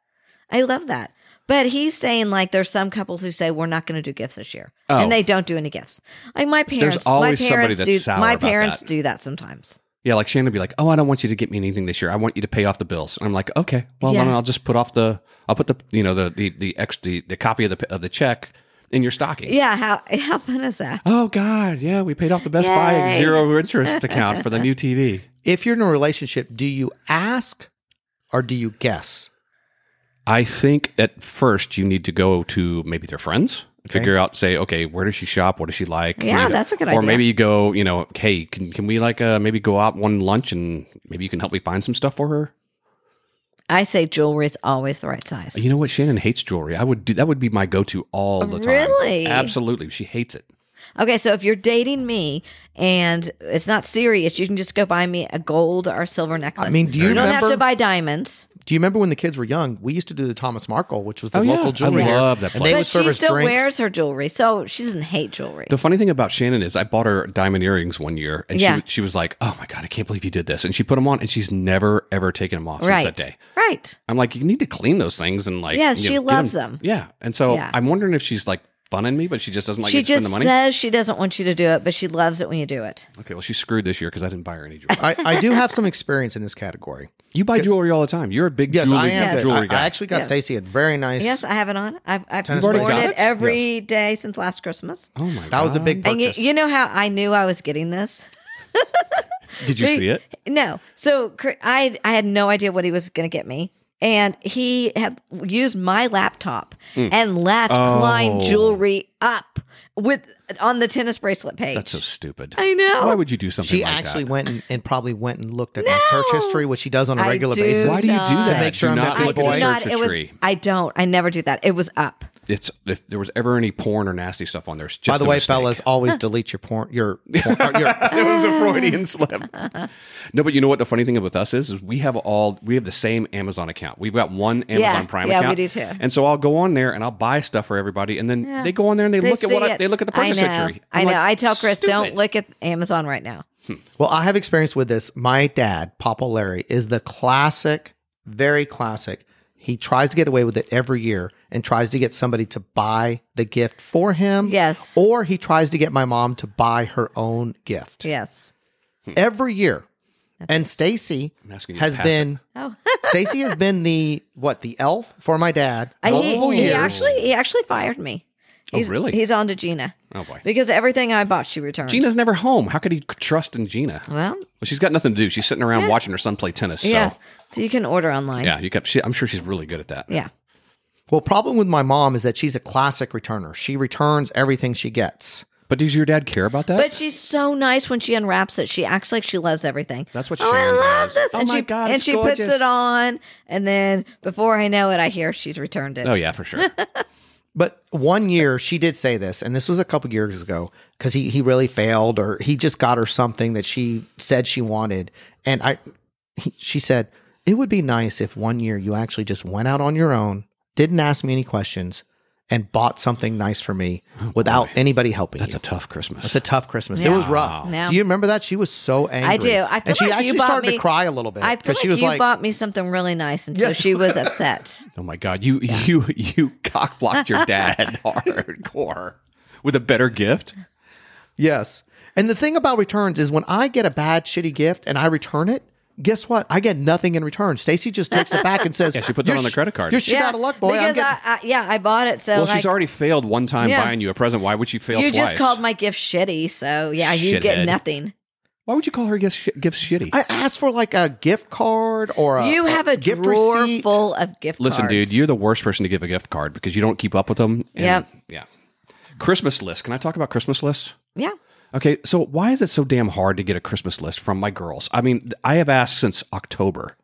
I love that. But he's saying like there's some couples who say we're not going to do gifts this year, Oh. and they don't do any gifts. Like my parents, always my somebody parents that's do. sour my about parents that. do that sometimes. yeah, like Shannon would be like, "Oh, I don't want you to get me anything this year. I want you to pay off the bills." And I'm like, "Okay, well, Yeah. then I'll just put off the, I'll put the, you know, the the the ex, the, the copy of the of the check in your stocking." Yeah, how how fun is that? Oh God, yeah, we paid off the Best Buy Yay. zero interest account for the new TV. If you're in a relationship, do you ask or do you guess? I think at first you need to go to maybe their friends, figure out, say, okay, where does she shop? What does she like? Yeah, Maybe- that's a good or idea. Or maybe you go, you know, hey, can, can we like uh, maybe go out one lunch and maybe you can help me find some stuff for her? I say jewelry is always the right size. You know what? Shannon hates jewelry. I would do that. Would be my go-to all the time. Really? Absolutely. She hates it. Okay, so if you're dating me and it's not serious, you can just go buy me a gold or silver necklace. I mean, do you you don't have remember- to buy diamonds. Do you remember when the kids were young? We used to do the Thomas Markle, which was the Oh, yeah. local I jewelry. here, love that and they place. would But serve she us still drinks. wears her jewelry, so she doesn't hate jewelry. The funny thing about Shannon is, I bought her diamond earrings one year, and Yeah. she she was like, "Oh my god, I can't believe you did this!" And she put them on, and she's never ever taken them off right. since that day. Right. I'm like, you need to clean those things and like. Yes, you she get loves them. Yeah, and so Yeah. I'm wondering if she's like funning me, but she just doesn't like she me to spend just the money. says she doesn't want you to do it, but she loves it when you do it. okay, well, she's screwed this year because I didn't buy her any jewelry. I, I do have some experience in this category. you buy jewelry all the time. You're a big Yes, jewelry, I am. Yes. I- jewelry I, guy. actually got Yes. Stacy a very nice. Yes, I have it on. I've, I've Tennis worn balls. it Yes. every day since last Christmas. oh my god, that was a big And you, purchase. you know how I knew I was getting this? Did you see it? No. So Cr- I I had no idea what he was going to get me. And he had used my laptop and left Klein Hmm. Oh. jewelry up with on the tennis bracelet page. That's so stupid. I know. Why would you do something? she like actually that? went and, and probably went and looked at my search history, which she does on a I regular do basis. Why do you do Stop. that? To make sure do I'm not not the I look at do boy. the not. search It was. history. I don't. I never do that. It was up. It's if there was ever any porn or nasty stuff on there. It's just By the a way, mistake. fellas, always delete your porn. Your, porn, or your it was a Freudian slip. No, but you know what the funny thing with us is, is we have all we have the same Amazon account. We've got one Amazon Yeah, Prime yeah, we account. do too. And so I'll go on there and I'll buy stuff for everybody, and then they go on there and they, look at see what I, it. they look at the purchase I know. history. I I'm know. like, I tell Chris, don't "Stupid." look at Amazon right now. well, I have experience with this. My dad, Papa Larry, is the classic, very classic. He tries to get away with it every year and tries to get somebody to buy the gift for him. Yes. Or he tries to get my mom to buy her own gift Yes. every year. And Stacy Hmm. I'm asking you to has pass been Oh, Stacy has been the what the elf for my dad multiple he, he years. actually he actually fired me. Oh, He's, really? He's on to Gina Oh boy, because everything I bought she returned. Gina's never home. How could he trust in Gina? Well, Well, she's got nothing to do. She's sitting around watching her son play tennis. yeah. So So you can order online. yeah, you kept. She, I'm sure she's really good at that. Yeah. well, problem with my mom is that she's a classic returner. She returns everything she gets. But does your dad care about that? But she's so nice when she unwraps it. She acts like she loves everything. That's what oh, I Sharon love does. this. Oh and my she, God, and it's she puts gorgeous. it on, and then before I know it, I hear she's returned it. oh yeah, for sure. But one year she did say this, and this was a couple years ago, because he he really failed, or he just got her something that she said she wanted, and I, he, she said it would be nice if one year you actually just went out on your own, didn't ask me any questions, and bought something nice for me without anybody helping Oh, That's you. a tough Christmas. it's a tough Christmas. It Yeah. was rough. Yeah. Do you remember that? She was so angry. do. I feel and she like you actually bought started me- to cry a little bit I feel because like she was you like, bought me something really nice, and so Yes. she was upset. oh my God. You, you, you cock blocked your dad hardcore with a better gift. Yes. And the thing about returns is when I get a bad, shitty gift and I return it, guess what? I get nothing in return. Stacy just takes it back and says, Yeah, she puts it "You're on the sh- credit card." You're shit out of luck, boy. I'm Because getting- I, I, yeah, I bought it, so Well, like, she's already failed one time Yeah. buying you a present. Why would she fail you twice? just called my gift shitty, so yeah, you Shithead. get nothing. Why would you call her gifts, sh- gifts shitty? I asked for like a gift card or Uh, a you have a gift drawer receipt. full of gift Listen, cards. dude, you're the worst person to give a gift card because you don't keep up with them. and- Yep. Yeah. Christmas list. Can I talk about Christmas lists? yeah. Okay, so why is it so damn hard to get a Christmas list from my girls? I mean, th- I have asked since October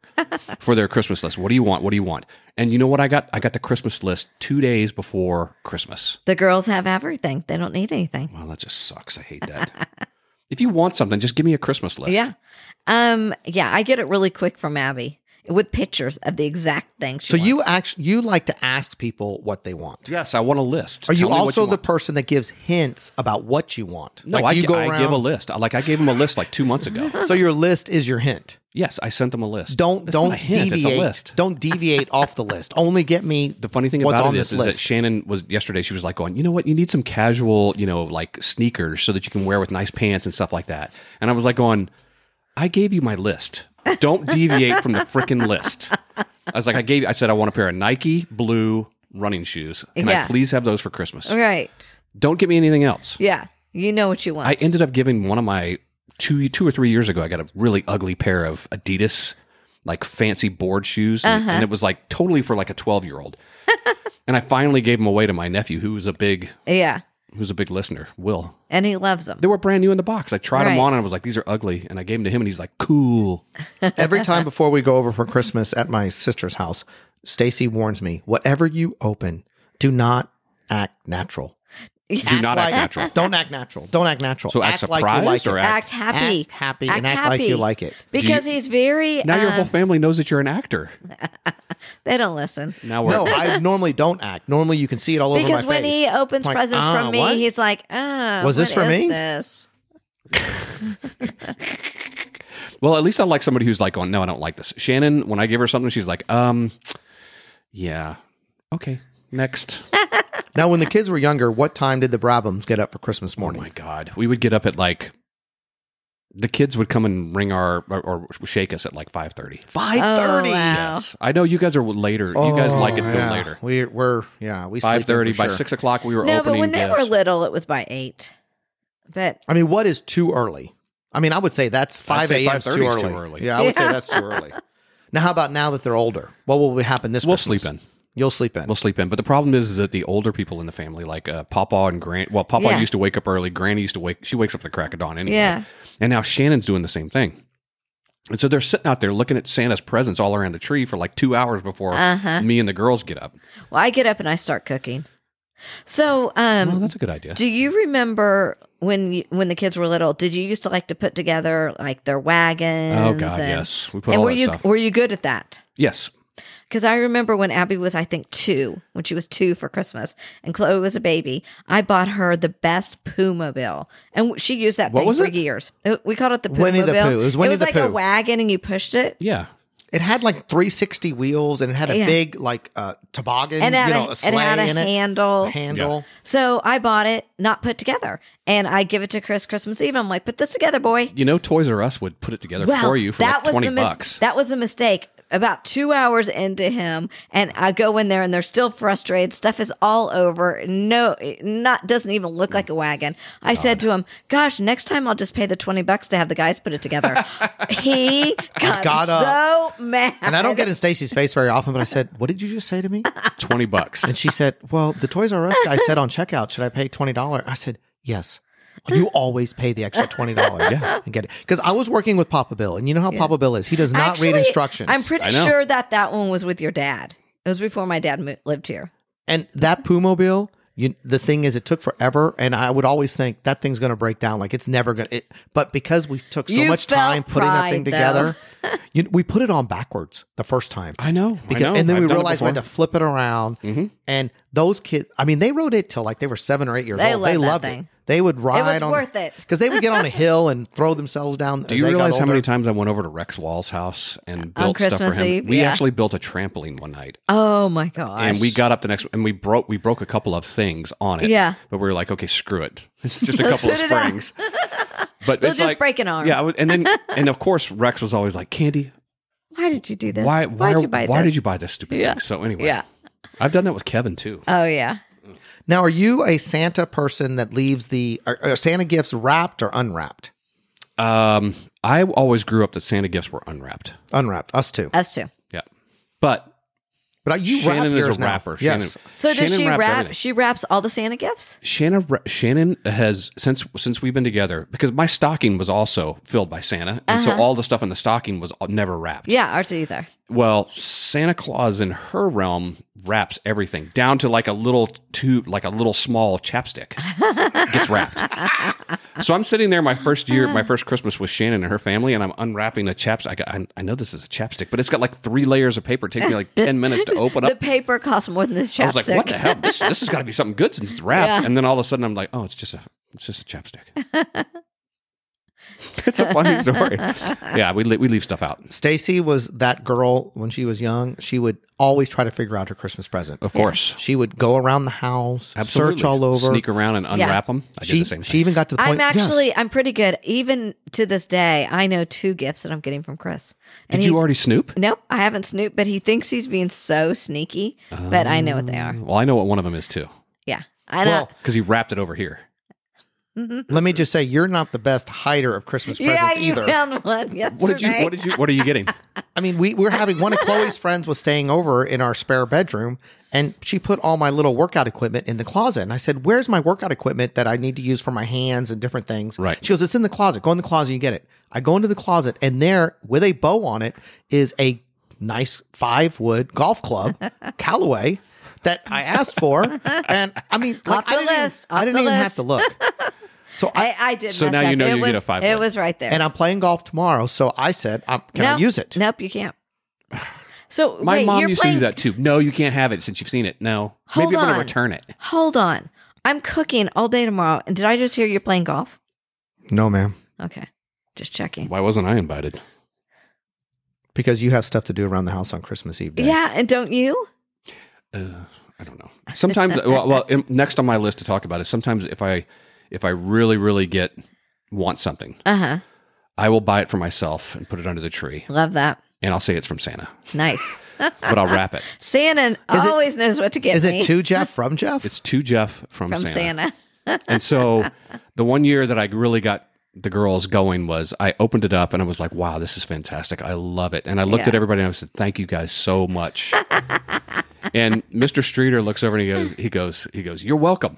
for their Christmas list. What do you want? What do you want? And you know what I got? I got the Christmas list two days before Christmas. The girls have everything; they don't need anything. Well, that just sucks. I hate that. if you want something, just give me a Christmas list. Yeah, um, yeah, I get it really quick from Abby with pictures of the exact thing. She So you wants. actually you like to ask people what they want. Yes, I want a list. Are you Tell me what also the want. person that gives hints about what you want? No, like, I, do you gi- I give a list. I- Like I gave them a list like two months ago. so your list is your hint. yes, I sent them a list. Don't That's don't not a hint, deviate. It's a list. Don't deviate off the list. Only get me The funny thing what's about on it is, this is that list. Shannon was yesterday. She was like going, you know what? You need some casual, you know, like sneakers so that you can wear with nice pants and stuff like that. And I was like going, I gave you my list. Don't deviate from the freaking list. I was like, I gave. I said I want a pair of Nike blue running shoes. Can Yeah. I please have those for Christmas? right? Don't get me anything else. Yeah, you know what you want. I ended up giving one of my two two or three years ago. I got a really ugly pair of Adidas like fancy board shoes, and, and it was like totally for like a twelve year old. and I finally gave them away to my nephew, who was a big yeah, who's a big listener. Will and he loves them. they were brand new in the box. I tried them Right. on, and I was like, "These are ugly," and I gave them to him, and he's like, "Cool." Every time before we go over for Christmas at my sister's house, Stacy warns me, whatever you open, do not act natural. Do not act Like- natural. Don't act natural. Don't act natural. So act like you surprised like or it. act happy, Act happy and act like you like it. you- Because he's very. Now your um, whole family knows that you're an actor. they don't listen. Now we're No, I normally don't act. Normally you can see it all over my Because face. when he opens Like, presents ah, from me, what? he's like, "Oh, Was this what for is me?" This? well. At least I like somebody who's like, "Going, no, I don't like this." Shannon, when I give her something, she's like, "Um, yeah, okay, next." Now when the kids were younger, what time did the Brabhams get up for Christmas morning? Oh my god, we would get up at like the kids would come and ring our or, or shake us at like five thirty. Five Oh, wow. I know you guys are later. you guys like it Oh, to yeah. go later. We're, we're yeah, we Five sleep in thirty for by sure. six o'clock we were No, opening. but when they gifts. were little, it was by eight. But I mean, what is too early? I mean, I would say that's I'd five say a.m. 's 5:30 too, is early. too early. Yeah, I would say that's too early. Now, how about now that they're older? What will happen this? we'll Christmas? sleep in. You'll sleep in. We'll sleep in. But the problem is that the older people in the family, like uh, Papa and Gran, well, Papa Yeah. used to wake up early. Granny used to wake. She wakes up at the crack of dawn anyway. Yeah. And now Shannon's doing the same thing. And so they're sitting out there looking at Santa's presents all around the tree for like two hours before Uh-huh. me and the girls get up. well, I get up and I start cooking. So, um, Oh, Well, that's a good idea. do you remember when you, when the kids were little? Did you used to like to put together like their wagons? Oh, God, and- yes. We put and all were that you stuff. were you good at that? Yes. Because I remember when Abby was, I think, two, when she was two for Christmas, and Chloe was a baby, I bought her the best Puma bill. And she used that What thing was for it? years. It- we called it the Puma Winnie the bill. Pooh. It was Winnie the like a Pooh. wagon, and you pushed it. Yeah. It had like 360 wheels and it had a Yeah. big like uh, toboggan, And it had you a- know, a it sleigh had a in it, handle. a handle. So I bought it, not put together. And I give it to Chris Christmas Eve. I'm like, put this together, boy. You know, Toys R Us would put it together for you for like twenty the mis- bucks. That was a mistake. About two hours into him, and I go in there, and they're still frustrated. Stuff is all over. No, not doesn't even look like a wagon. I said to him, "Gosh, next time I'll just pay the twenty bucks to have the guys put it together." he got, Got so up. mad, And I don't get in Stacy's face very often, but I said, "What did you just say to me?" twenty bucks. And she said, "Well, the Toys R Us guy said on checkout, should I pay twenty dollars?" I said, "Yes." You always pay the extra twenty dollars and get it because I was working with Papa Bill, and you know how Papa Bill is. He does not read Actually, instructions. I'm I pretty know. sure that that one was with your dad. It was before my dad mo- lived here. And that Poo Mobile, you, the thing is, it took forever. And I would always think that thing's going to break down. Like it's never going to. But because we took so You much felt time putting that thing pride, together, you, we put it on backwards the first time. I know. Because, I know. and then I've we done it realized we had to before. Mm-hmm. flip it around. And those kids, I mean, they rode it till like they were seven or eight years They old. loved they that loved it. thing. They would ride on worth it. because they would get on a hill and throw themselves down. Do you realize how many times I went over to Rex Wall's house and built stuff Christmas for him? Eve, we yeah. actually built a trampoline one night. Oh my gosh. and we got up the next and we broke we broke a couple of things on it. Yeah. But we were like, okay, screw it. It's just a couple of put it up. springs. But They'll it's just like- break an arm. Yeah, I would- and then and of course Rex was always like, Candy, why did you do this? why why Why'd you buy why this? did you buy this stupid Yeah. thing? So anyway, Yeah. I've done that with Kevin too. Oh yeah. Now, are you a Santa person that leaves the are, are Santa gifts wrapped or unwrapped? Um, I always grew up that Santa gifts were unwrapped. Unwrapped, us too. Us too. Yeah, but But you Shannon wrap is a yours now. rapper. Yes. Shannon, So does Shannon she wraps wrap everything. she wraps all the Santa gifts? Shannon re- Shannon has since since we've been together because my stocking was also filled by Santa, Uh-huh. and so all the stuff in the stocking was all- never wrapped. Yeah, ours either. Well, Santa Claus in her realm wraps everything down to like a little tube, like a little small chapstick gets wrapped. so I'm sitting there my first year, my first Christmas with Shannon and her family, and I'm unwrapping a chapstick. I, got- I, I know this is a chapstick, but it's got like three layers of paper. It takes me like 10 minutes to open The up. paper costs more than the I chapstick. was like, what the hell? This, this has got to be something good since it's wrapped. Yeah. And then all of a sudden I'm like, oh, it's just a, it's just a chapstick. it's a funny story. Yeah, we, le- we leave stuff out. Stacy was that girl when she was young. She would always try to figure out her Christmas present. Of course. She would go around the house, Absolutely. search all over. sneak around and unwrap them. I she, did the same she thing. even got to the point. I'm yes. actually I'm pretty good. Even to this day, I know two gifts that I'm getting from Chris. And Did he, you already snoop? Nope, I haven't snooped, but he thinks he's being so sneaky. but I know what they are. Well, I know what one of them is too, Yeah. And Well, because he wrapped it over here. let me just say, you're not the best hider of Christmas I, yeah, presents you either. found one yesterday. What did you? What did you? What are you getting? I mean, we we're having one of Chloe's friends was staying over in our spare bedroom, and she put all my little workout equipment in the closet. And I said, "Where's my workout equipment that I need to use for my hands and different things?" Right. She goes, "It's in the closet. Go in the closet, you get it." I go into the closet, and there, with a bow on it, is a nice five wood golf club, Callaway. That I asked for, and I mean, like, Off the I didn't, even- list, I off didn't the even list. have to look. So I, I, I did. So mess now you up. know it you was, get a five It wood. was right there. and I'm playing golf tomorrow, so I said, um, "Can I Nope. use it?" Nope, you can't. So My wait, mom you're used playing, to do that too. No, you can't have it since you've seen it. No, Hold maybe I'm on. gonna return it. Hold on, I'm cooking all day tomorrow, and did I just hear you're playing golf? No, ma'am. Okay, just checking. Why wasn't I invited? Because you have stuff to do around the house on Christmas Eve. Day. Yeah, and don't you? Uh, I don't know. Sometimes, well, well, im- next on my list to talk about is sometimes if I, if I really, really get want something, Uh huh. I will buy it for myself and put it under the tree, Love that. and I'll say it's from Santa, Nice. but I'll wrap it. Santa always knows what to get Is me it to Jeff from Jeff? It's to Jeff from, from Santa. And so the one year that I really got the girls going was I opened it up and I was like, wow, this is fantastic. I love it. And I looked Yeah. at everybody and I said, thank you guys so much. and Mr. Streeter looks over and he goes, he goes, he goes, you're welcome.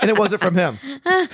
and it wasn't from him. Uh.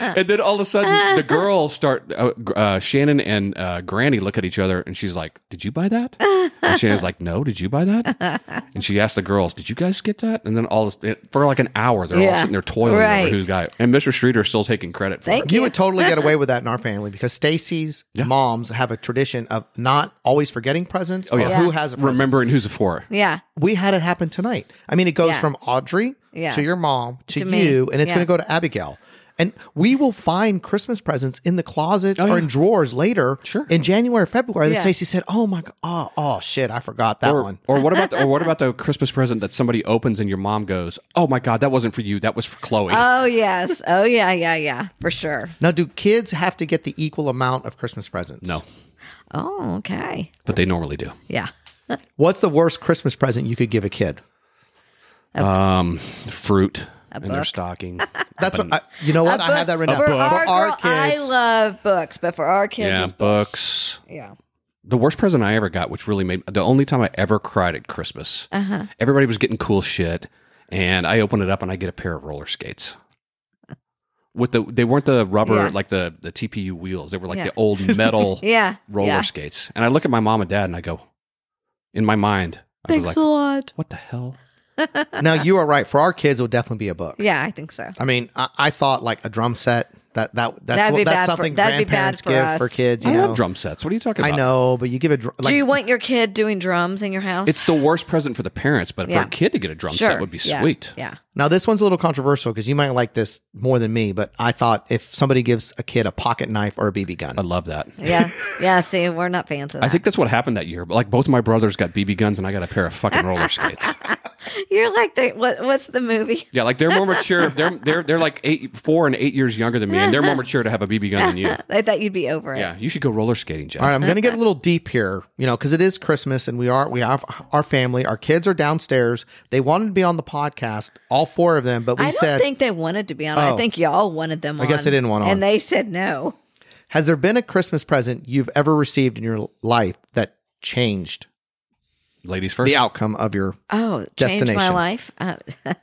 And then all of a sudden the girls start, uh, gr- uh, Shannon and uh, Granny look at each other and she's like, did you buy that? And Shannon's like, no, did you buy that? And she asked the girls, did you guys get that? And then all this, for like an hour, they're all Yeah. sitting there toiling Right. over who's got it. And Mr. Streeter's still taking credit for it. Thank You you. would totally get away with that in our family because Stacy's moms have a tradition of not always forgetting presents or Oh, yeah. who Yeah. has a present. remembering who's a four. yeah. We had it happen tonight. I mean, it goes Yeah. from Audrey Yeah. to your mom to, To me. you, and it's Yeah. going to go to Abigail. And we will find Christmas presents in the closets or in drawers later Oh, Sure. in January or February. That Yeah. Stacy said, Oh my God, oh, oh shit, I forgot that Or, one. or what about the, or what about the Christmas present that somebody opens and your mom goes, "Oh my God, that wasn't for you. That was for Chloe." Oh yes. Oh yeah. Yeah. Yeah. For sure. Now, do kids have to get the equal amount of Christmas presents? no, Oh okay. but they normally do. Yeah. What's the worst Christmas present you could give a kid? Um, fruit in their book. stocking. That's what I, you know. What A I have book- that written For down our, girl, I love books, but for our kids, yeah, it's books. Yeah. The worst present I ever got, which really made the only time I ever cried at Christmas. Uh-huh. Everybody was getting cool shit, and I open it up and I get a pair of roller skates. With the they weren't the rubber Yeah. like the the TPU wheels. They were like Yeah. the old metal Yeah. roller yeah. skates. And I look at my mom and dad and I go, in my mind, I was Thanks like, a lot. what the hell? now you are right. For our kids, it will definitely be a book. Yeah, I think so. I mean, I, I thought like a drum set. That that that's That'd what- be that's bad for- something that'd be bad grandparents for give us. for kids. You I know, love drum sets. What are you talking about? I know, but you give a dr- like Do you want your kid doing drums in your house? It's the worst present for the parents, but Yeah. for a kid to get a drum set would be Yeah. sweet. Yeah. now this one's a little controversial because you might like this more than me. But I thought if somebody gives a kid a pocket knife or a BB gun, I love that. Yeah. Yeah. See, we're not fans of that. I think that's what happened that year. But like both of my brothers got BB guns and I got a pair of fucking roller skates. You're like the what? What's the movie? Yeah, like they're more mature. They're they're they're like eight, four and eight years younger than me, and they're more mature to have a BB gun than you. I thought you'd be over it. Yeah, you should go roller skating, Jeff. All right, I'm going to get a little deep here, you know, because it is Christmas and we are we have our family, our kids are downstairs. They wanted to be on the podcast, all four of them, but we I don't said, think they wanted to be on. it. I Oh. think y'all wanted them. I guess they didn't want on. and they said no. "Has there been a Christmas present you've ever received in your life that changed Ladies first. the outcome of your?" Oh, change my Destination. life. Uh,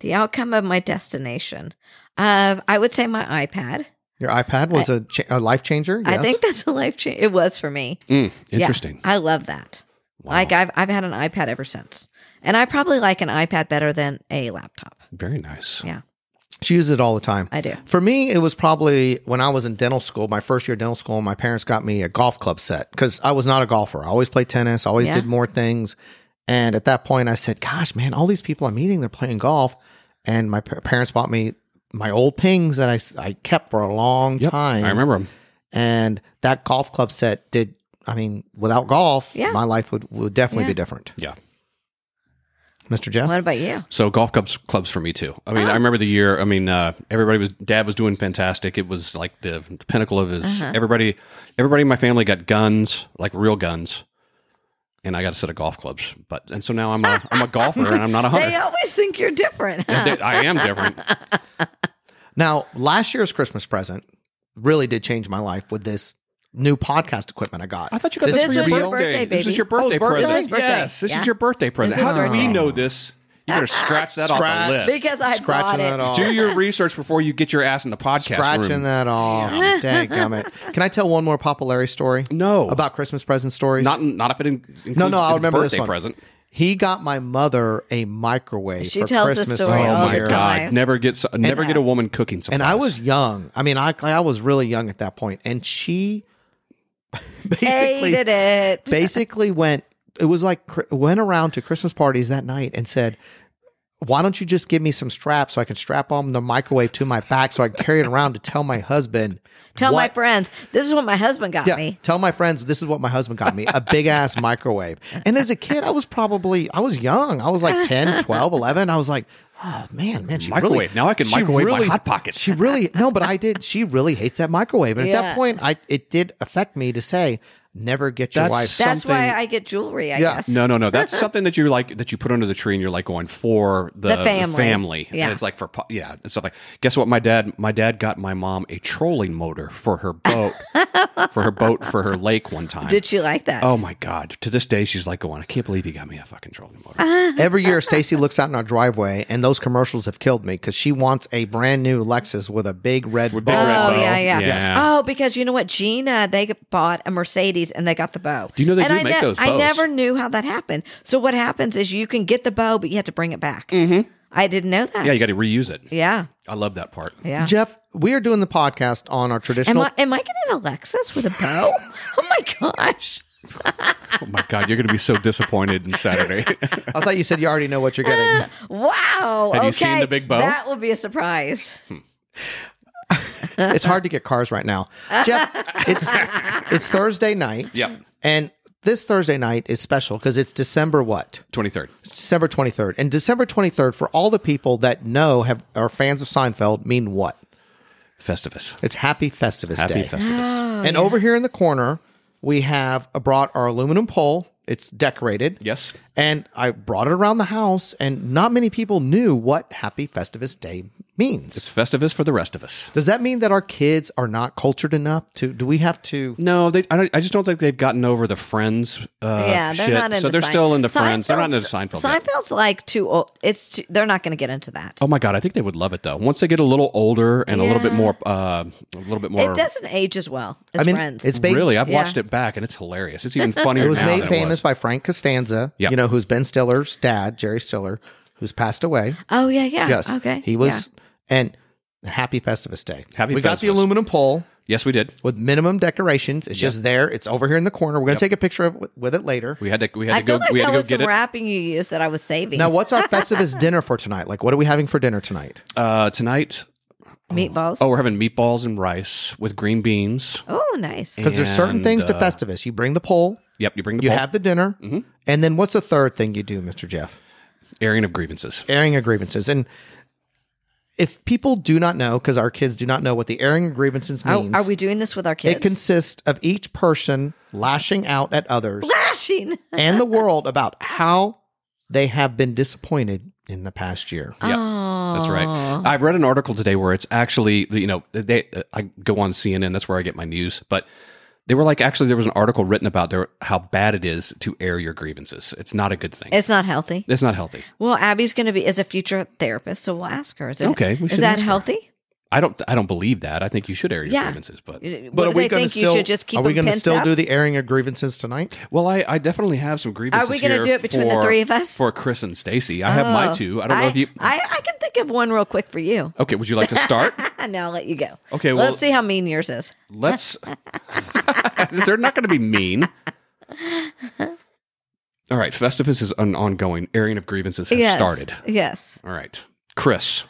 the outcome of my destination. Uh, I would say my iPad. Your iPad was a cha- a life changer. Yes. I think that's a life change. It was for me. Mm, Yeah, interesting. I love that. Like I've I've had an iPad ever since, and I probably like an iPad better than a laptop. Very nice. Yeah, she uses it all the time. I do. For me, it was probably when I was in dental school, my first year of dental school, my parents got me a golf club set because I was not a golfer. I always played tennis, I always Yeah. did more things. And at that point, I said, Gosh, man, all these people I'm meeting, they're playing golf. And my pa- parents bought me my old pings that I, s- I kept for a long Yep, time. I remember them. And that golf club set did, I mean, without golf, Yeah. my life would, would definitely Yeah. be different. Yeah. Mr. Jeff? What about you? So golf clubs clubs for me too. I Uh-huh. mean, I remember the year. I mean, uh, everybody was dad was doing fantastic. It was like the pinnacle of his. Uh-huh. Everybody, everybody in my family got guns, like real guns, and I got a set of golf clubs. But and so now I'm a I'm a golfer and I'm not a hunter. They always think you're different. huh? Yeah, they- I am different. Now, last year's Christmas present really did change my life with this new podcast equipment I got. I thought you got This this, for is your my birthday. birthday, This baby. is your Oh, birthday it's birthday? present. It's birthday. Yes, this Yeah. is your birthday present. is How do birthday. we know this? You better scratch that off Scratch- the list. because I Scratching bought that it. off. do your research before you get your ass in the podcast Scratching room. that off. Dang gummit. Can I tell one more Papa Larry story? No. About Christmas present stories? Not not if it in- includes no, no, I'll it's remember birthday this one. present. He got my mother a microwave She for tells the Christmas. story Oh, one all the year. time. Oh God, never get so- never get a woman cooking something. And I was young. I mean, I I was really young at that point. And she basically Hated it. basically went it was like cr- went around to christmas parties that night and said why don't you just give me some straps so i can strap on the microwave to my back so i can carry it around to tell my husband Tell my what- friends, this is what my husband got yeah, me. tell my friends this is what my husband got me a big ass microwave and as a kid i was probably i was young i was like 10 12 11 i was like oh man man she really- Microwave. Now I can she microwave my really- Hot Pockets. she really no but i did she really hates that microwave and at Yeah. that point i it did affect me to say never get your That's wife so- That's why something- I get jewelry, I Yeah. guess. No, no, no. That's something that you like that you put under the tree, and you're like going for the, The the family. family. Yeah. and it's like for po- yeah, and stuff like. Guess what? My dad, my dad got my mom a trolling motor for her boat, for her boat for her lake one time. Did she like that? oh my god! To this day, she's like going, I can't believe you got me a fucking trolling motor. Uh, Every year, Stacy looks out in our driveway, and those commercials have killed me because she wants a brand new Lexus with a big red. With bow. big Oh, red bow. yeah, yeah. Yeah. Oh, because you know what? Gina, they bought a Mercedes and they got the bow. Do you know they and do I make those I bows? never knew how that happened. So what happens is you can get the bow, but you have to bring it back. Mm-hmm. I didn't know that. Yeah, you got to reuse it. Yeah. I love that part. Yeah. Jeff, we are doing the podcast on our Am traditional. I, am I getting a Lexus with a bow? oh my gosh. Oh my god, you're going to be so disappointed in Saturday. I thought you said you already know what you're getting. Wow. Have okay. you seen the big bow? That will be a surprise. it's hard to get cars right now, Jeff. It's it's Thursday night. Yep. and this Thursday night is special because it's December what? Twenty third. December twenty third, and December twenty third for all the people that know have are fans of Seinfeld mean what? Festivus. It's Happy Festivus Happy Day. Festivus. and over here in the corner, we have uh, brought our aluminum pole. It's decorated. Yes. And I brought it around the house, and not many people knew what Happy Festivus Day means. It's Festivus for the rest of us. Does that mean that our kids are not cultured enough to? Do we have to? No, they. I, don't, I just don't think they've gotten over the Friends. Uh, yeah, they're shit. not into so they're Sein- still into Friends. They're not into Seinfeld's- Seinfeld. yet. Seinfeld's like too old. It's too, they're not going to get into that. Oh my god, I think they would love it though. Once they get a little older and a little bit Yeah. more, uh, a little bit more. it doesn't age as well as I mean, Friends. it's ba- really, I've Yeah. watched it back and it's hilarious. It's even funnier It was now made than famous It was. by Frank Costanza. Yeah. you know who's Ben Stiller's dad, Jerry Stiller, who's passed away. oh yeah, yeah. Yes. Okay. He was and happy Festivus Day. Happy we got the Festivus. aluminum pole Yes, we did. with minimum decorations. It's just there. It's over here in the corner. We're gonna take a picture of it with it later. We had to. We Yeah. had I to go. feel like we had that to go was get some it. wrapping you used that I was saving. Now, what's our Festivus dinner for tonight? Like, what are we having for dinner tonight? Uh, tonight, meatballs. oh, we're having meatballs and rice with green beans. Oh, nice. Because there's certain And, things to uh, Mm-hmm. Festivus. You bring the pole, Yep, you bring the you pulp. have the dinner, and then what's the third thing you do, Mr. Jeff? airing of grievances. Airing of grievances. And if people do not know, because our kids do not know what the airing of grievances Are, means, are we doing this with our kids? it consists of each person lashing out at others Lashing. and the world about how they have been disappointed in the past year. Uh, Yeah, that's right. I've read an article today where it's actually you know they I go on CNN. That's where I get my news. But they were like actually there was an article written about there how bad it is to air your grievances. It's not a good thing. It's not healthy. It's not healthy. Well, Abby's going to be is a future therapist, so we'll ask her. Is it, Okay, we Is should that ask her. healthy? I don't. I don't believe that. I think you should air your Yeah. grievances, but what are do we they gonna think still- you should just keep Are we going them to pent still up? do the airing of grievances tonight? well, I, I definitely have some grievances. Are we gonna here do it between the for- three of us? for Chris and Stacy? I have my Oh, two. I don't know if you. I, I can think of one real quick for you. okay, would you like to start? now I'll let you go. Okay, well- let's see how mean yours is. Let's. they're not going to be mean. All right, Festivus is an ongoing. Airing of grievances has yes. started. Yes. All right, Chris.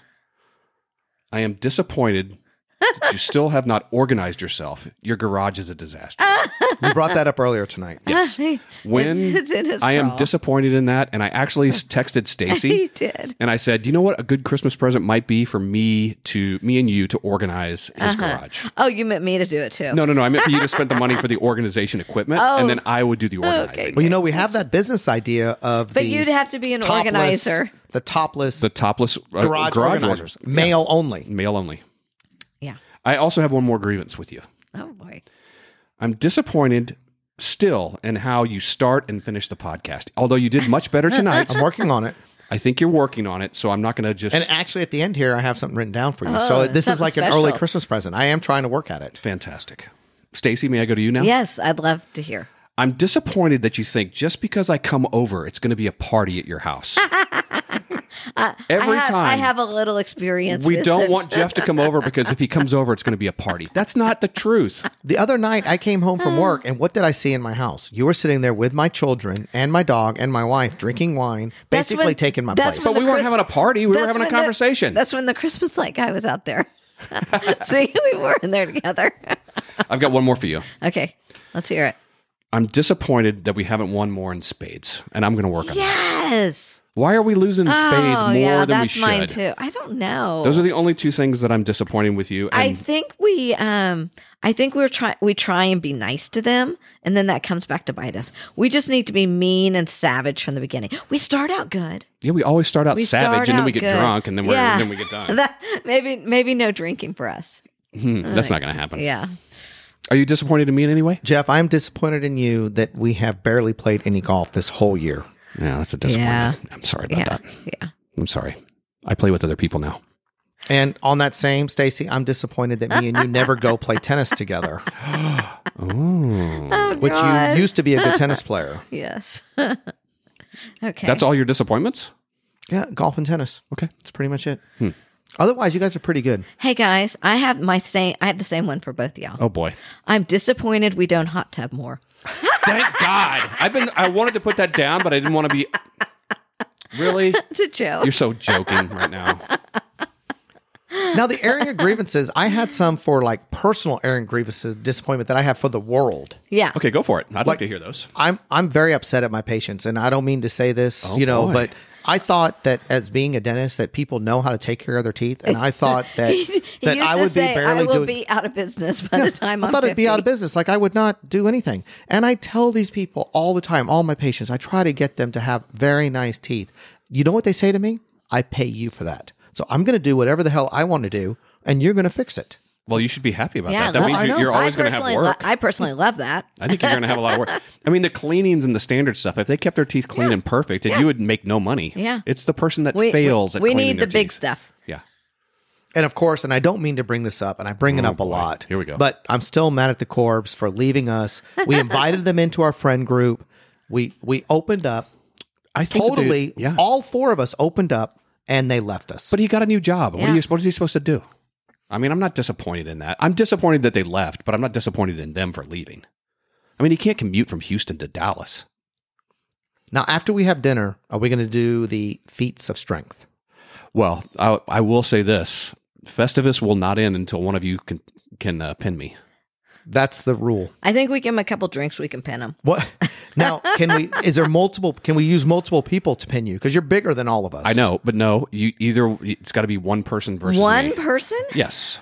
I am disappointed that you still have not organized yourself. Your garage is a disaster. Ah, We brought that up earlier tonight. yes. When It's- it's in his I am crawl. disappointed in that, and I actually s- texted He Stacy did. and I said, "You know what? A good Christmas present might be for me to me and you to organize his garage." Oh, you meant me to do it too. No, no, no. I meant for you to spend the money for the organization equipment, Oh. and then I would do the organizing. Well, you know, we have that business idea of but the you'd have to be an topless- organizer. the topless The topless uh, garage, garage, organizers, organizers, male only. male only. Yeah. I also have one more grievance with you. Oh boy. I'm disappointed still in how you start and finish the podcast. Although you did much better tonight, I'm working on it. I think you're working on it. So I'm not going to just And actually, at the end here, I have something written down for you. so this is Oh, something like an early special. Christmas present. I am trying to work at it. fantastic. Stacy, may I go to you now? Yes, I'd love to hear. I'm disappointed that you think just because I come over, it's going to be a party at your house. Every Uh, I have, time I have a little experience. we with don't it. want Jeff to come over because if he comes over, it's going to be a party. That's not the truth. The other night, I came home Oh. from work, and what did I see in my house? You were sitting there with my children and my dog and my wife drinking wine, That's basically when- taking my that's place. when But we the weren't Chris- having a party. We were That's having a when the- conversation. that's when the Christmas light guy was out there. See, we were in there together. I've got one more for you. okay, let's hear it. I'm disappointed that we haven't won more in spades, and I'm going to work on that. Yes. Why are we losing in spades oh more yeah, than we that's should? mine too. I don't know. Those are the only two things that I'm disappointed with you. I And think we um I think we're try we try and be nice to them and then that comes back to bite us. We just need to be mean and savage from the beginning. We start out good. yeah, we always start out We savage, start and then we out get good. drunk, and then we're Yeah. then we get done. That, maybe maybe no drinking for us. Hmm, that's not going to happen. Yeah. Are you disappointed in me in any way? Jeff, I'm disappointed in you that we have barely played any golf this whole year. Yeah, that's a disappointment. I'm sorry about Yeah. that. Yeah. I'm sorry. I play with other people now. And on that same, Stacy, I'm disappointed that me and you never go play tennis together, Oh. Oh, which God. you used to be a good tennis player. Yes. okay. That's all your disappointments? Yeah, golf and tennis. Okay. That's pretty much it. Otherwise, you guys are pretty good. Hey guys, I have my same I have the same one for both y'all. Oh boy. I'm disappointed we don't hot tub more. Thank God. I've been I wanted to put that down, but I didn't want to be Really? It's a joke. You're so joking right now. Now, the airing of grievances, I had some for like personal airing grievances, disappointment that I have for the world. yeah. Okay, go for it. I'd like, to hear those. I'm I'm very upset at my patients, and I don't mean to say this, you know, boy. but I thought that as being a dentist, that people know how to take care of their teeth, and I thought that He that used I to would say, be barely I will doing. be out of business by the time I I'm thought it'd be 50. out of business. Like I would not do anything. And I tell these people all the time, all my patients, I try to get them to have very nice teeth. You know what they say to me? I pay you for that. So I'm going to do whatever the hell I want to do, and you're going to fix it. Well, you should be happy about yeah, that. That well, I means know. you, you're always I going to have personally work. lo- I personally love that. I think you're going to have a lot of work. I mean, the cleanings and the standard stuff. If they kept their teeth clean and perfect, and you would make no money. Yeah. it's the person that We fails. at We cleaning need their the big teeth. stuff. Yeah, And of course, and I don't mean to bring this up, and I bring it Oh, up a boy. lot. Here we go. But I'm still mad at the Corbs for leaving us. We invited them into our friend group. We we opened up I think that they- totally. yeah, All four of us opened up, and they left us. but he got a new job. What, Yeah. are you, what is he supposed to do? I mean, I'm not disappointed in that. I'm disappointed that they left, but I'm not disappointed in them for leaving. I mean, he can't commute from Houston to Dallas. now, after we have dinner, are we going to do the feats of strength? Well, I, I will say this: Festivus will not end until one of you can can uh, pin me. That's the rule. I think we give him a couple drinks. We can pin him. What now? Can we? Is there multiple? Can we use multiple people to pin you? Because you're bigger than all of us. I know, but no, you either it's got to be one person versus One me. person? Yes.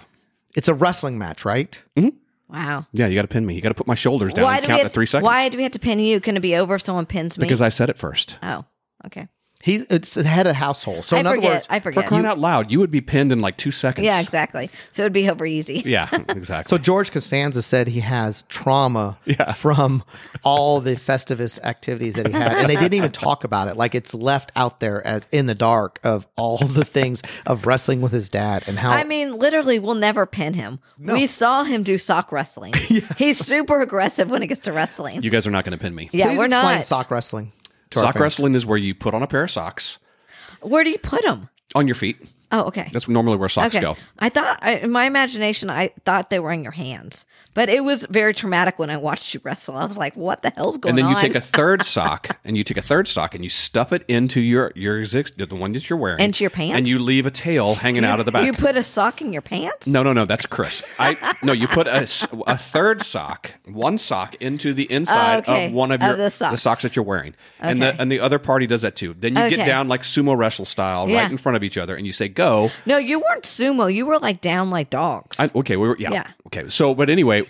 It's a wrestling match, right? Mm-hmm. Wow. Yeah, you got to pin me. You got to put my shoulders down Why and do we count have to three seconds. Why do we have to pin you? Can it be over if someone pins me? Because I said it first. oh, okay. He it's the head of household. So I in other forget. words, I For forget. crying out loud, you would be pinned in like two seconds. yeah, exactly. So it'd be over easy. Yeah, exactly. So George Costanza said he has trauma from all the Festivus activities that he had, and they didn't even talk about it. Like it's left out there as in the dark of all the things of wrestling with his dad and how. I mean, literally, we'll never pin him. We saw him do sock wrestling. He's super aggressive when it gets to wrestling. you guys are not going to pin me. yeah, please we're explain not. sock wrestling. to our Sock fans. wrestling is where you put on a pair of socks Where do you put him? on your feet. Oh, okay. That's normally where socks okay. go. I thought, I, in my imagination, I thought they were in your hands, but it was very traumatic when I watched you wrestle. I was like, what the hell's going And then on? you take a third sock and you take a third sock and you stuff it into your your exist the one that you're wearing Into your pants? and you leave a tail hanging out of the back. You put a sock in your pants? No, no, no. That's Chris. I no. You put a, s- a third sock, one sock into the inside okay, of one of of your the socks. that you're wearing, and the Okay. and the other party does that too. Then you Okay. get down like sumo wrestle style, Yeah. right in front of each other, and you say go. No, you weren't sumo. You were like down like dogs. I, okay, we were yeah. Yeah. Okay, so but anyway,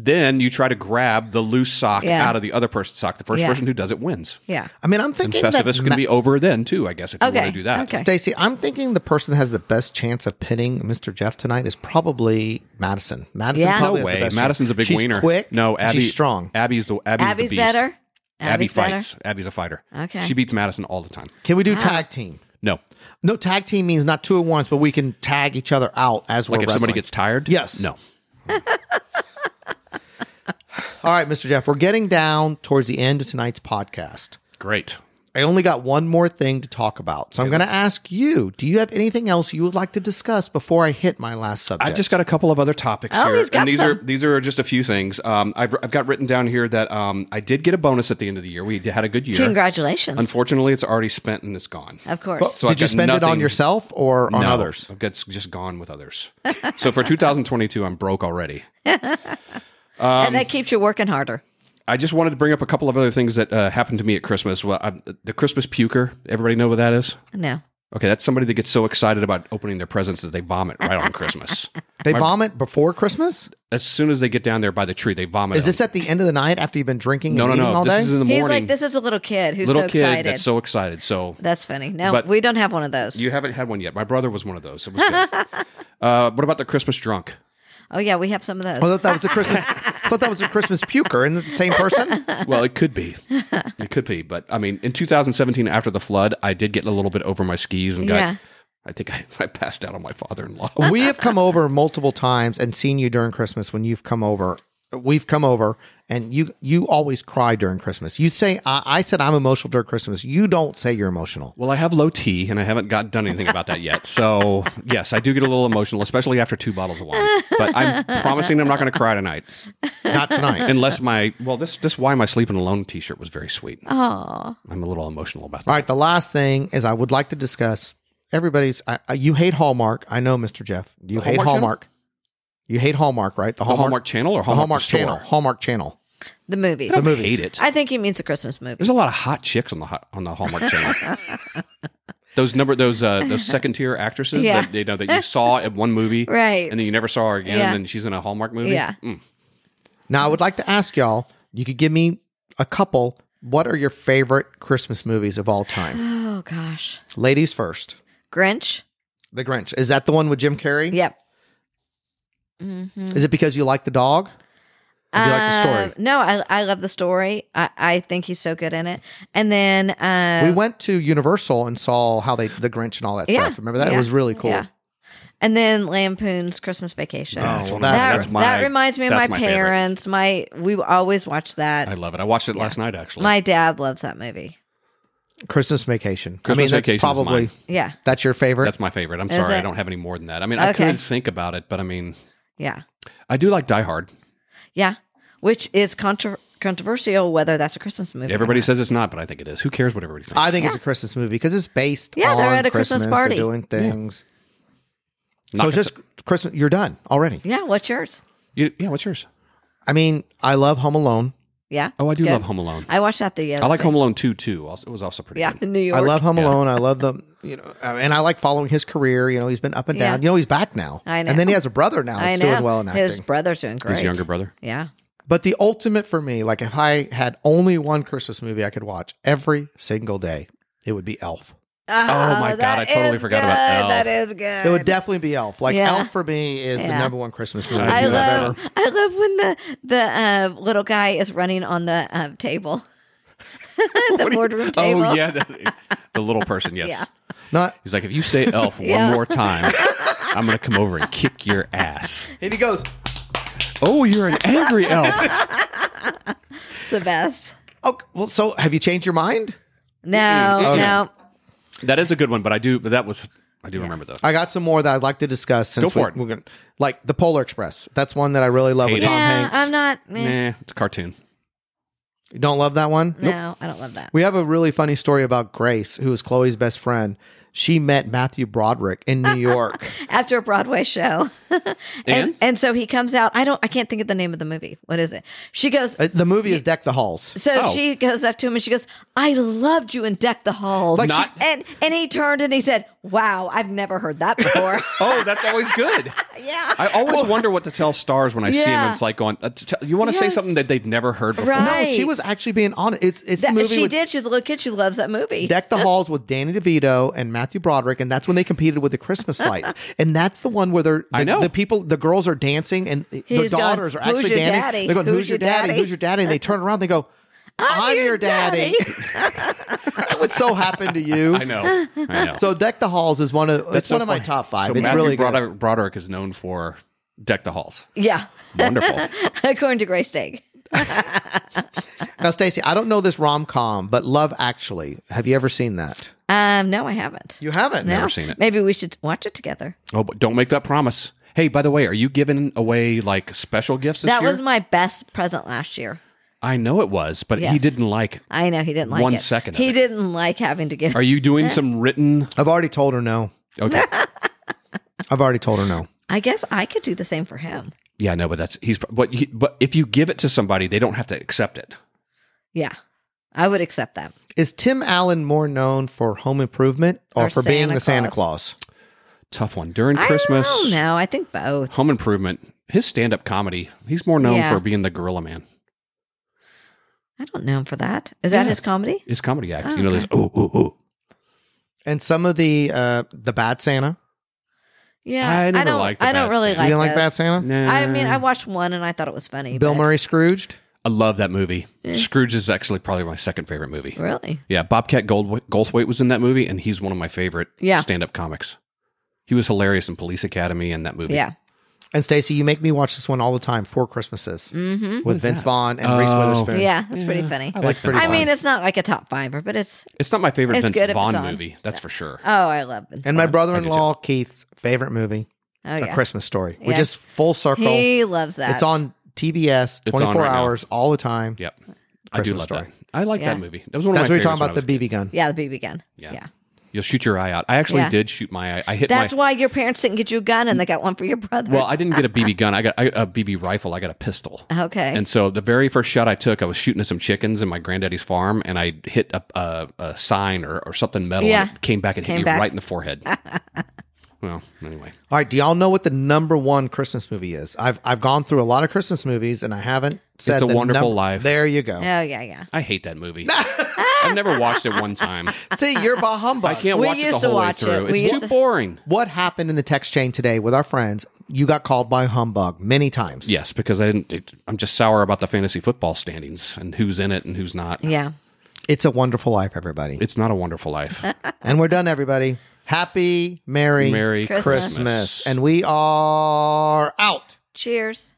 then you try to grab the loose sock Yeah. out of the other person's sock. The first Yeah. person who does it wins. yeah. I mean, I'm And thinking that Festivus can Ma- be over then too. I guess if you Okay, want to do that. okay. Stacey, I'm thinking the person that has the best chance of pinning Mr. Jeff tonight is probably Madison. Madison Yeah. No probably No has the way. best Madison's chance. a big she's wiener. quick. No, and Abby. she's strong. Abby's the Abby's, Abby's the beast. better. Abby Abby's better. fights. Abby's a fighter. Okay. She beats Madison all the time. Can we do tag team? No. No, tag team means not two at once, but we can tag each other out as we're Like if somebody wrestling. gets tired? Yes. No. All right, Mr. Jeff, we're getting down towards the end of tonight's podcast. Great. I only got one more thing to talk about. So I'm going to ask you do you have anything else you would like to discuss before I hit my last subject? I've just got a couple of other topics Oh, here. he's got and these some. are these are just a few things. Um, I've, I've got written down here that um, I did get a bonus at the end of the year. We had a good year. Congratulations. Unfortunately, it's already spent and it's gone. of Well, course. so I've Did you got spend it on nothing- yourself or on No, others? I've got it's just gone with others. so for 2022, I'm broke already. um, and that keeps you working harder. I just wanted to bring up a couple of other things that uh, happened to me at Christmas. Well, I, the Christmas puker. Everybody know what that is? No. Okay, that's somebody that gets so excited about opening their presents that they vomit right on Christmas. They vomit before Christmas? as soon as they get down there by the tree, they vomit. Is on this at the end of the night after you've been drinking No, and no, eating no. all This day? is in the He's morning. like, this is a little kid who's little so kid excited. that's That's, so excited. So funny. No, But- we don't have one of those. you haven't had one yet. My brother was one of those. It was good. uh, what about the Christmas drunk? oh, yeah, we have some of those. I thought that was a Christmas. I thought that was a Christmas puker. Isn't it the same person? Well, it could be. It could be. But I mean, in 2017, after the flood, I did get a little bit over my skis and got. Yeah. I think I, I passed out on my father-in-law. we have come over multiple times and seen you during Christmas when you've come over. We've come over and you you always cry during Christmas. You say I, I said I'm emotional during Christmas. You don't say you're emotional. Well, I have low T, and I haven't got done anything about that yet. So yes, I do get a little emotional, especially after two bottles of wine. But I'm promising I'm not going to cry tonight, Not tonight. unless my well, this this why my sleeping alone T-shirt was very sweet. oh, I'm a little emotional about that. All right. The last thing is I would like to discuss everybody's. I, I, you hate Hallmark. I know, Mr. Jeff. You The hate Hallmark channel? Hallmark. You hate Hallmark, right? The The Hallmark, Hallmark Channel or the Hallmark, Hallmark the store? Channel. Hallmark Channel. the movies. I The movies. hate it. I think he means the Christmas There's movies. a lot of hot chicks on the hot, on the Hallmark Channel. those number those uh, those second tier actresses Yeah. that you know that you saw in one movie, Right. And then you never saw her again, Yeah. and then she's in a Hallmark movie. Yeah. Mm. Now I would like to ask y'all. You could give me a couple. What are your favorite Christmas movies of all time? oh, gosh. Ladies first. Grinch. The Grinch. Is that the one with Jim Carrey? Yep. Is it because you like the dog? Or do you like the story? Uh, no, I I love the story. I, I think he's so good in it. And then uh, we went to Universal and saw how they the Grinch and all that Yeah. stuff. Remember that? It Yeah. was really cool. Yeah. And then Lampoon's Christmas Vacation. Oh, That's one of that- my- that, that's my- that reminds me of my, that's my favorite. parents. My we always watch that. I love it. I watched it last night actually. my dad loves that movie. Christmas Vacation. I Christmas mean, that's Vacation is probably mine. Yeah, that's your favorite. That's my favorite. I'm Is sorry, it? I don't have any more than that. I mean, I Okay. could think about it, but I mean, yeah, I do like Die Hard. yeah. Which is contra- controversial whether that's a Christmas movie. or Everybody not. says it's not, but I think it is. Who cares what everybody thinks? I think it's a Christmas movie because it's based Yeah, on they're at a Christmas Christmas, party. They're doing things. Not- So it's just Christmas. You're done already. Yeah, what's yours? You- yeah. What's yours? I mean, I love Home Alone. Yeah. Oh, I do Good. love Home Alone. I, I watched that the other like day. Home Alone two too. Also, it was also pretty Yeah, good. in New York. I love Home Yeah. Alone. I love the you know, uh, and I like following his career. You know, he's been up and Yeah. down. You know, he's back now. I know. And then he has a brother now. I That's know. doing well in acting. His brother's doing great. His younger brother. Yeah. But the ultimate for me, like if I had only one Christmas movie I could watch every single day, it would be Elf. Ah, Oh my God, that I totally is forgot good. about That Elf. is good. It would definitely be Elf. Like Yeah. Elf for me is the Yeah. number one Christmas movie. I I've that love I love when the the uh, little guy is running on the uh, table, the boardroom table. Oh yeah, the, the little person. Yes. Yeah. Not He's like, if you say elf Yeah. one more time, I'm gonna come over and kick your ass. and he goes, Oh, you're an angry elf. it's the best. Oh well, so have you changed your mind? No, Okay. no, that is a good one, but I do. But that was. I do remember though. I got some more that I'd like to discuss since Go for we, it. we're gonna, like the Polar Express. That's one that I really love with Hate it. Tom yeah, Hanks. I'm not. eh, Nah, it's a cartoon. You don't love that one? No, I don't love that. We have a really funny story about Grace, who is Chloe's best friend. She met Matthew Broderick in New York. After a Broadway show, and And? and so he comes out. I don't. I can't think of the name of the movie. What is it? She goes. Uh, the movie is Deck the Halls. So Oh. she goes up to him and she goes, "I loved you in Deck the Halls." Like Not- she- and and he turned and he said, "Wow, I've never heard that before." Oh, that's always good. yeah. I always wonder what to tell stars when I see them. Yeah. It's like going, uh, t- t- you want to say Yes. something that they've never heard before. Right. No, she was actually being honest. It's it's That- the movie she with did. She's a little kid. She loves that movie. Deck the Halls with Danny DeVito and Matthew Broderick, and that's when they competed with the Christmas lights. And that's the one where they're the, I know. the people, the girls are dancing, and the He's going, daughters are "Who's actually your dancing. daddy? They're going, "Who's, your daddy? Who's your daddy?" And they turn around, and they go, "I'm, your, daddy." that would so happen to you. I know. I know. So Deck the Halls is one of it's so one of my funny. top five. So it's Matthew really good. Broderick, Broderick is known for Deck the Halls. yeah, Wonderful. according to Grace Dig. Now, Stacey, I don't know this rom com, but Love Actually. Have you ever seen that? Um, no, I haven't. You haven't. No? Never seen it. Maybe we should watch it together. oh, but don't make that promise. Hey, by the way, are you giving away like special gifts this that year? was my best present last year. I know it was, but he Yes. didn't like. I know he didn't like One it. second of He it. didn't like having to give. Are you doing some written? I've already told her no. Okay. I've already told her no. I guess I could do the same for him. Yeah, no, but that's he's. But you- but if you give it to somebody, they don't have to accept it. Yeah, I would accept that. Is Tim Allen more known for Home Improvement or, Or for being Santa the Santa Claus? Tough one during I don't Christmas. know. I think both. Home Improvement, his stand-up comedy. He's more known Yeah. for being the Gorilla Man. I don't know him for that. Is that Yeah. his comedy? His comedy act. Oh, you know, okay. there's oh oh oh. And some of the uh the Bad Santa. Yeah, I never don't. liked the I don't Bad really Santa. You like. didn't like those. Bad Santa? Nah. I mean, I watched one and I thought it was funny. Bill but- Murray Scrooged. I love that movie. Scrooge is actually probably my second favorite movie. Really? Yeah, Bobcat Gold- Goldthwait was in that movie, and he's one of my favorite Yeah. stand-up comics. He was hilarious in Police Academy and that movie. Yeah. And Stacey, you make me watch this one all the time, Four Christmases, Mm-hmm. with Vince Vaughn and Reese Oh. Witherspoon. Yeah, that's pretty funny. I That's like Vince pretty I Vaughn. mean, it's not like a top fiver, but it's it's not my favorite it's Vince good if it's Vaughn on. movie. That's for sure. oh, I love it. And my brother-in-law Keith's favorite movie, oh, A yeah. Christmas Story, which Yes. is full circle. he loves that. it's on TBS, It's on twenty-four right now. hours, all the time. Yep, I do Christmas love Story. that. I like Yeah. that movie. That was one of That's my what you're favorites talking when I about the was a BB gun. Yeah, the BB gun. Yeah. Yeah. kid. You'll shoot your eye out. I actually Yeah. did shoot my eye. I hit That's my. why your parents didn't get you a gun and they got one for your brother. Well, I didn't get a BB gun. I got I, a BB rifle. I got a pistol. Okay. And so the very first shot I took, I was shooting at some chickens in my granddaddy's farm, and I hit a, a, a sign or, or something metal. Yeah. And it came back and Came hit me back. right in the forehead. well, anyway, All right, do y'all know what the number one Christmas movie is? I've I've gone through a lot of Christmas movies and I haven't said It's a the Wonderful number- Life. There you go. Oh yeah, yeah. I hate that movie. I've never watched it one time. See, you're bah humbug. I can't We watch it used the to whole way watch it. through. We It's used too to- boring. What happened in the text chain today with our friends? You got called by humbug many times. Yes, because I didn't. It, I'm just sour about the fantasy football standings and who's in it and who's not. Yeah. It's a wonderful life, everybody. It's not a wonderful life. and we're done, everybody. Happy, merry, Merry Christmas. Christmas. And we are out. Cheers.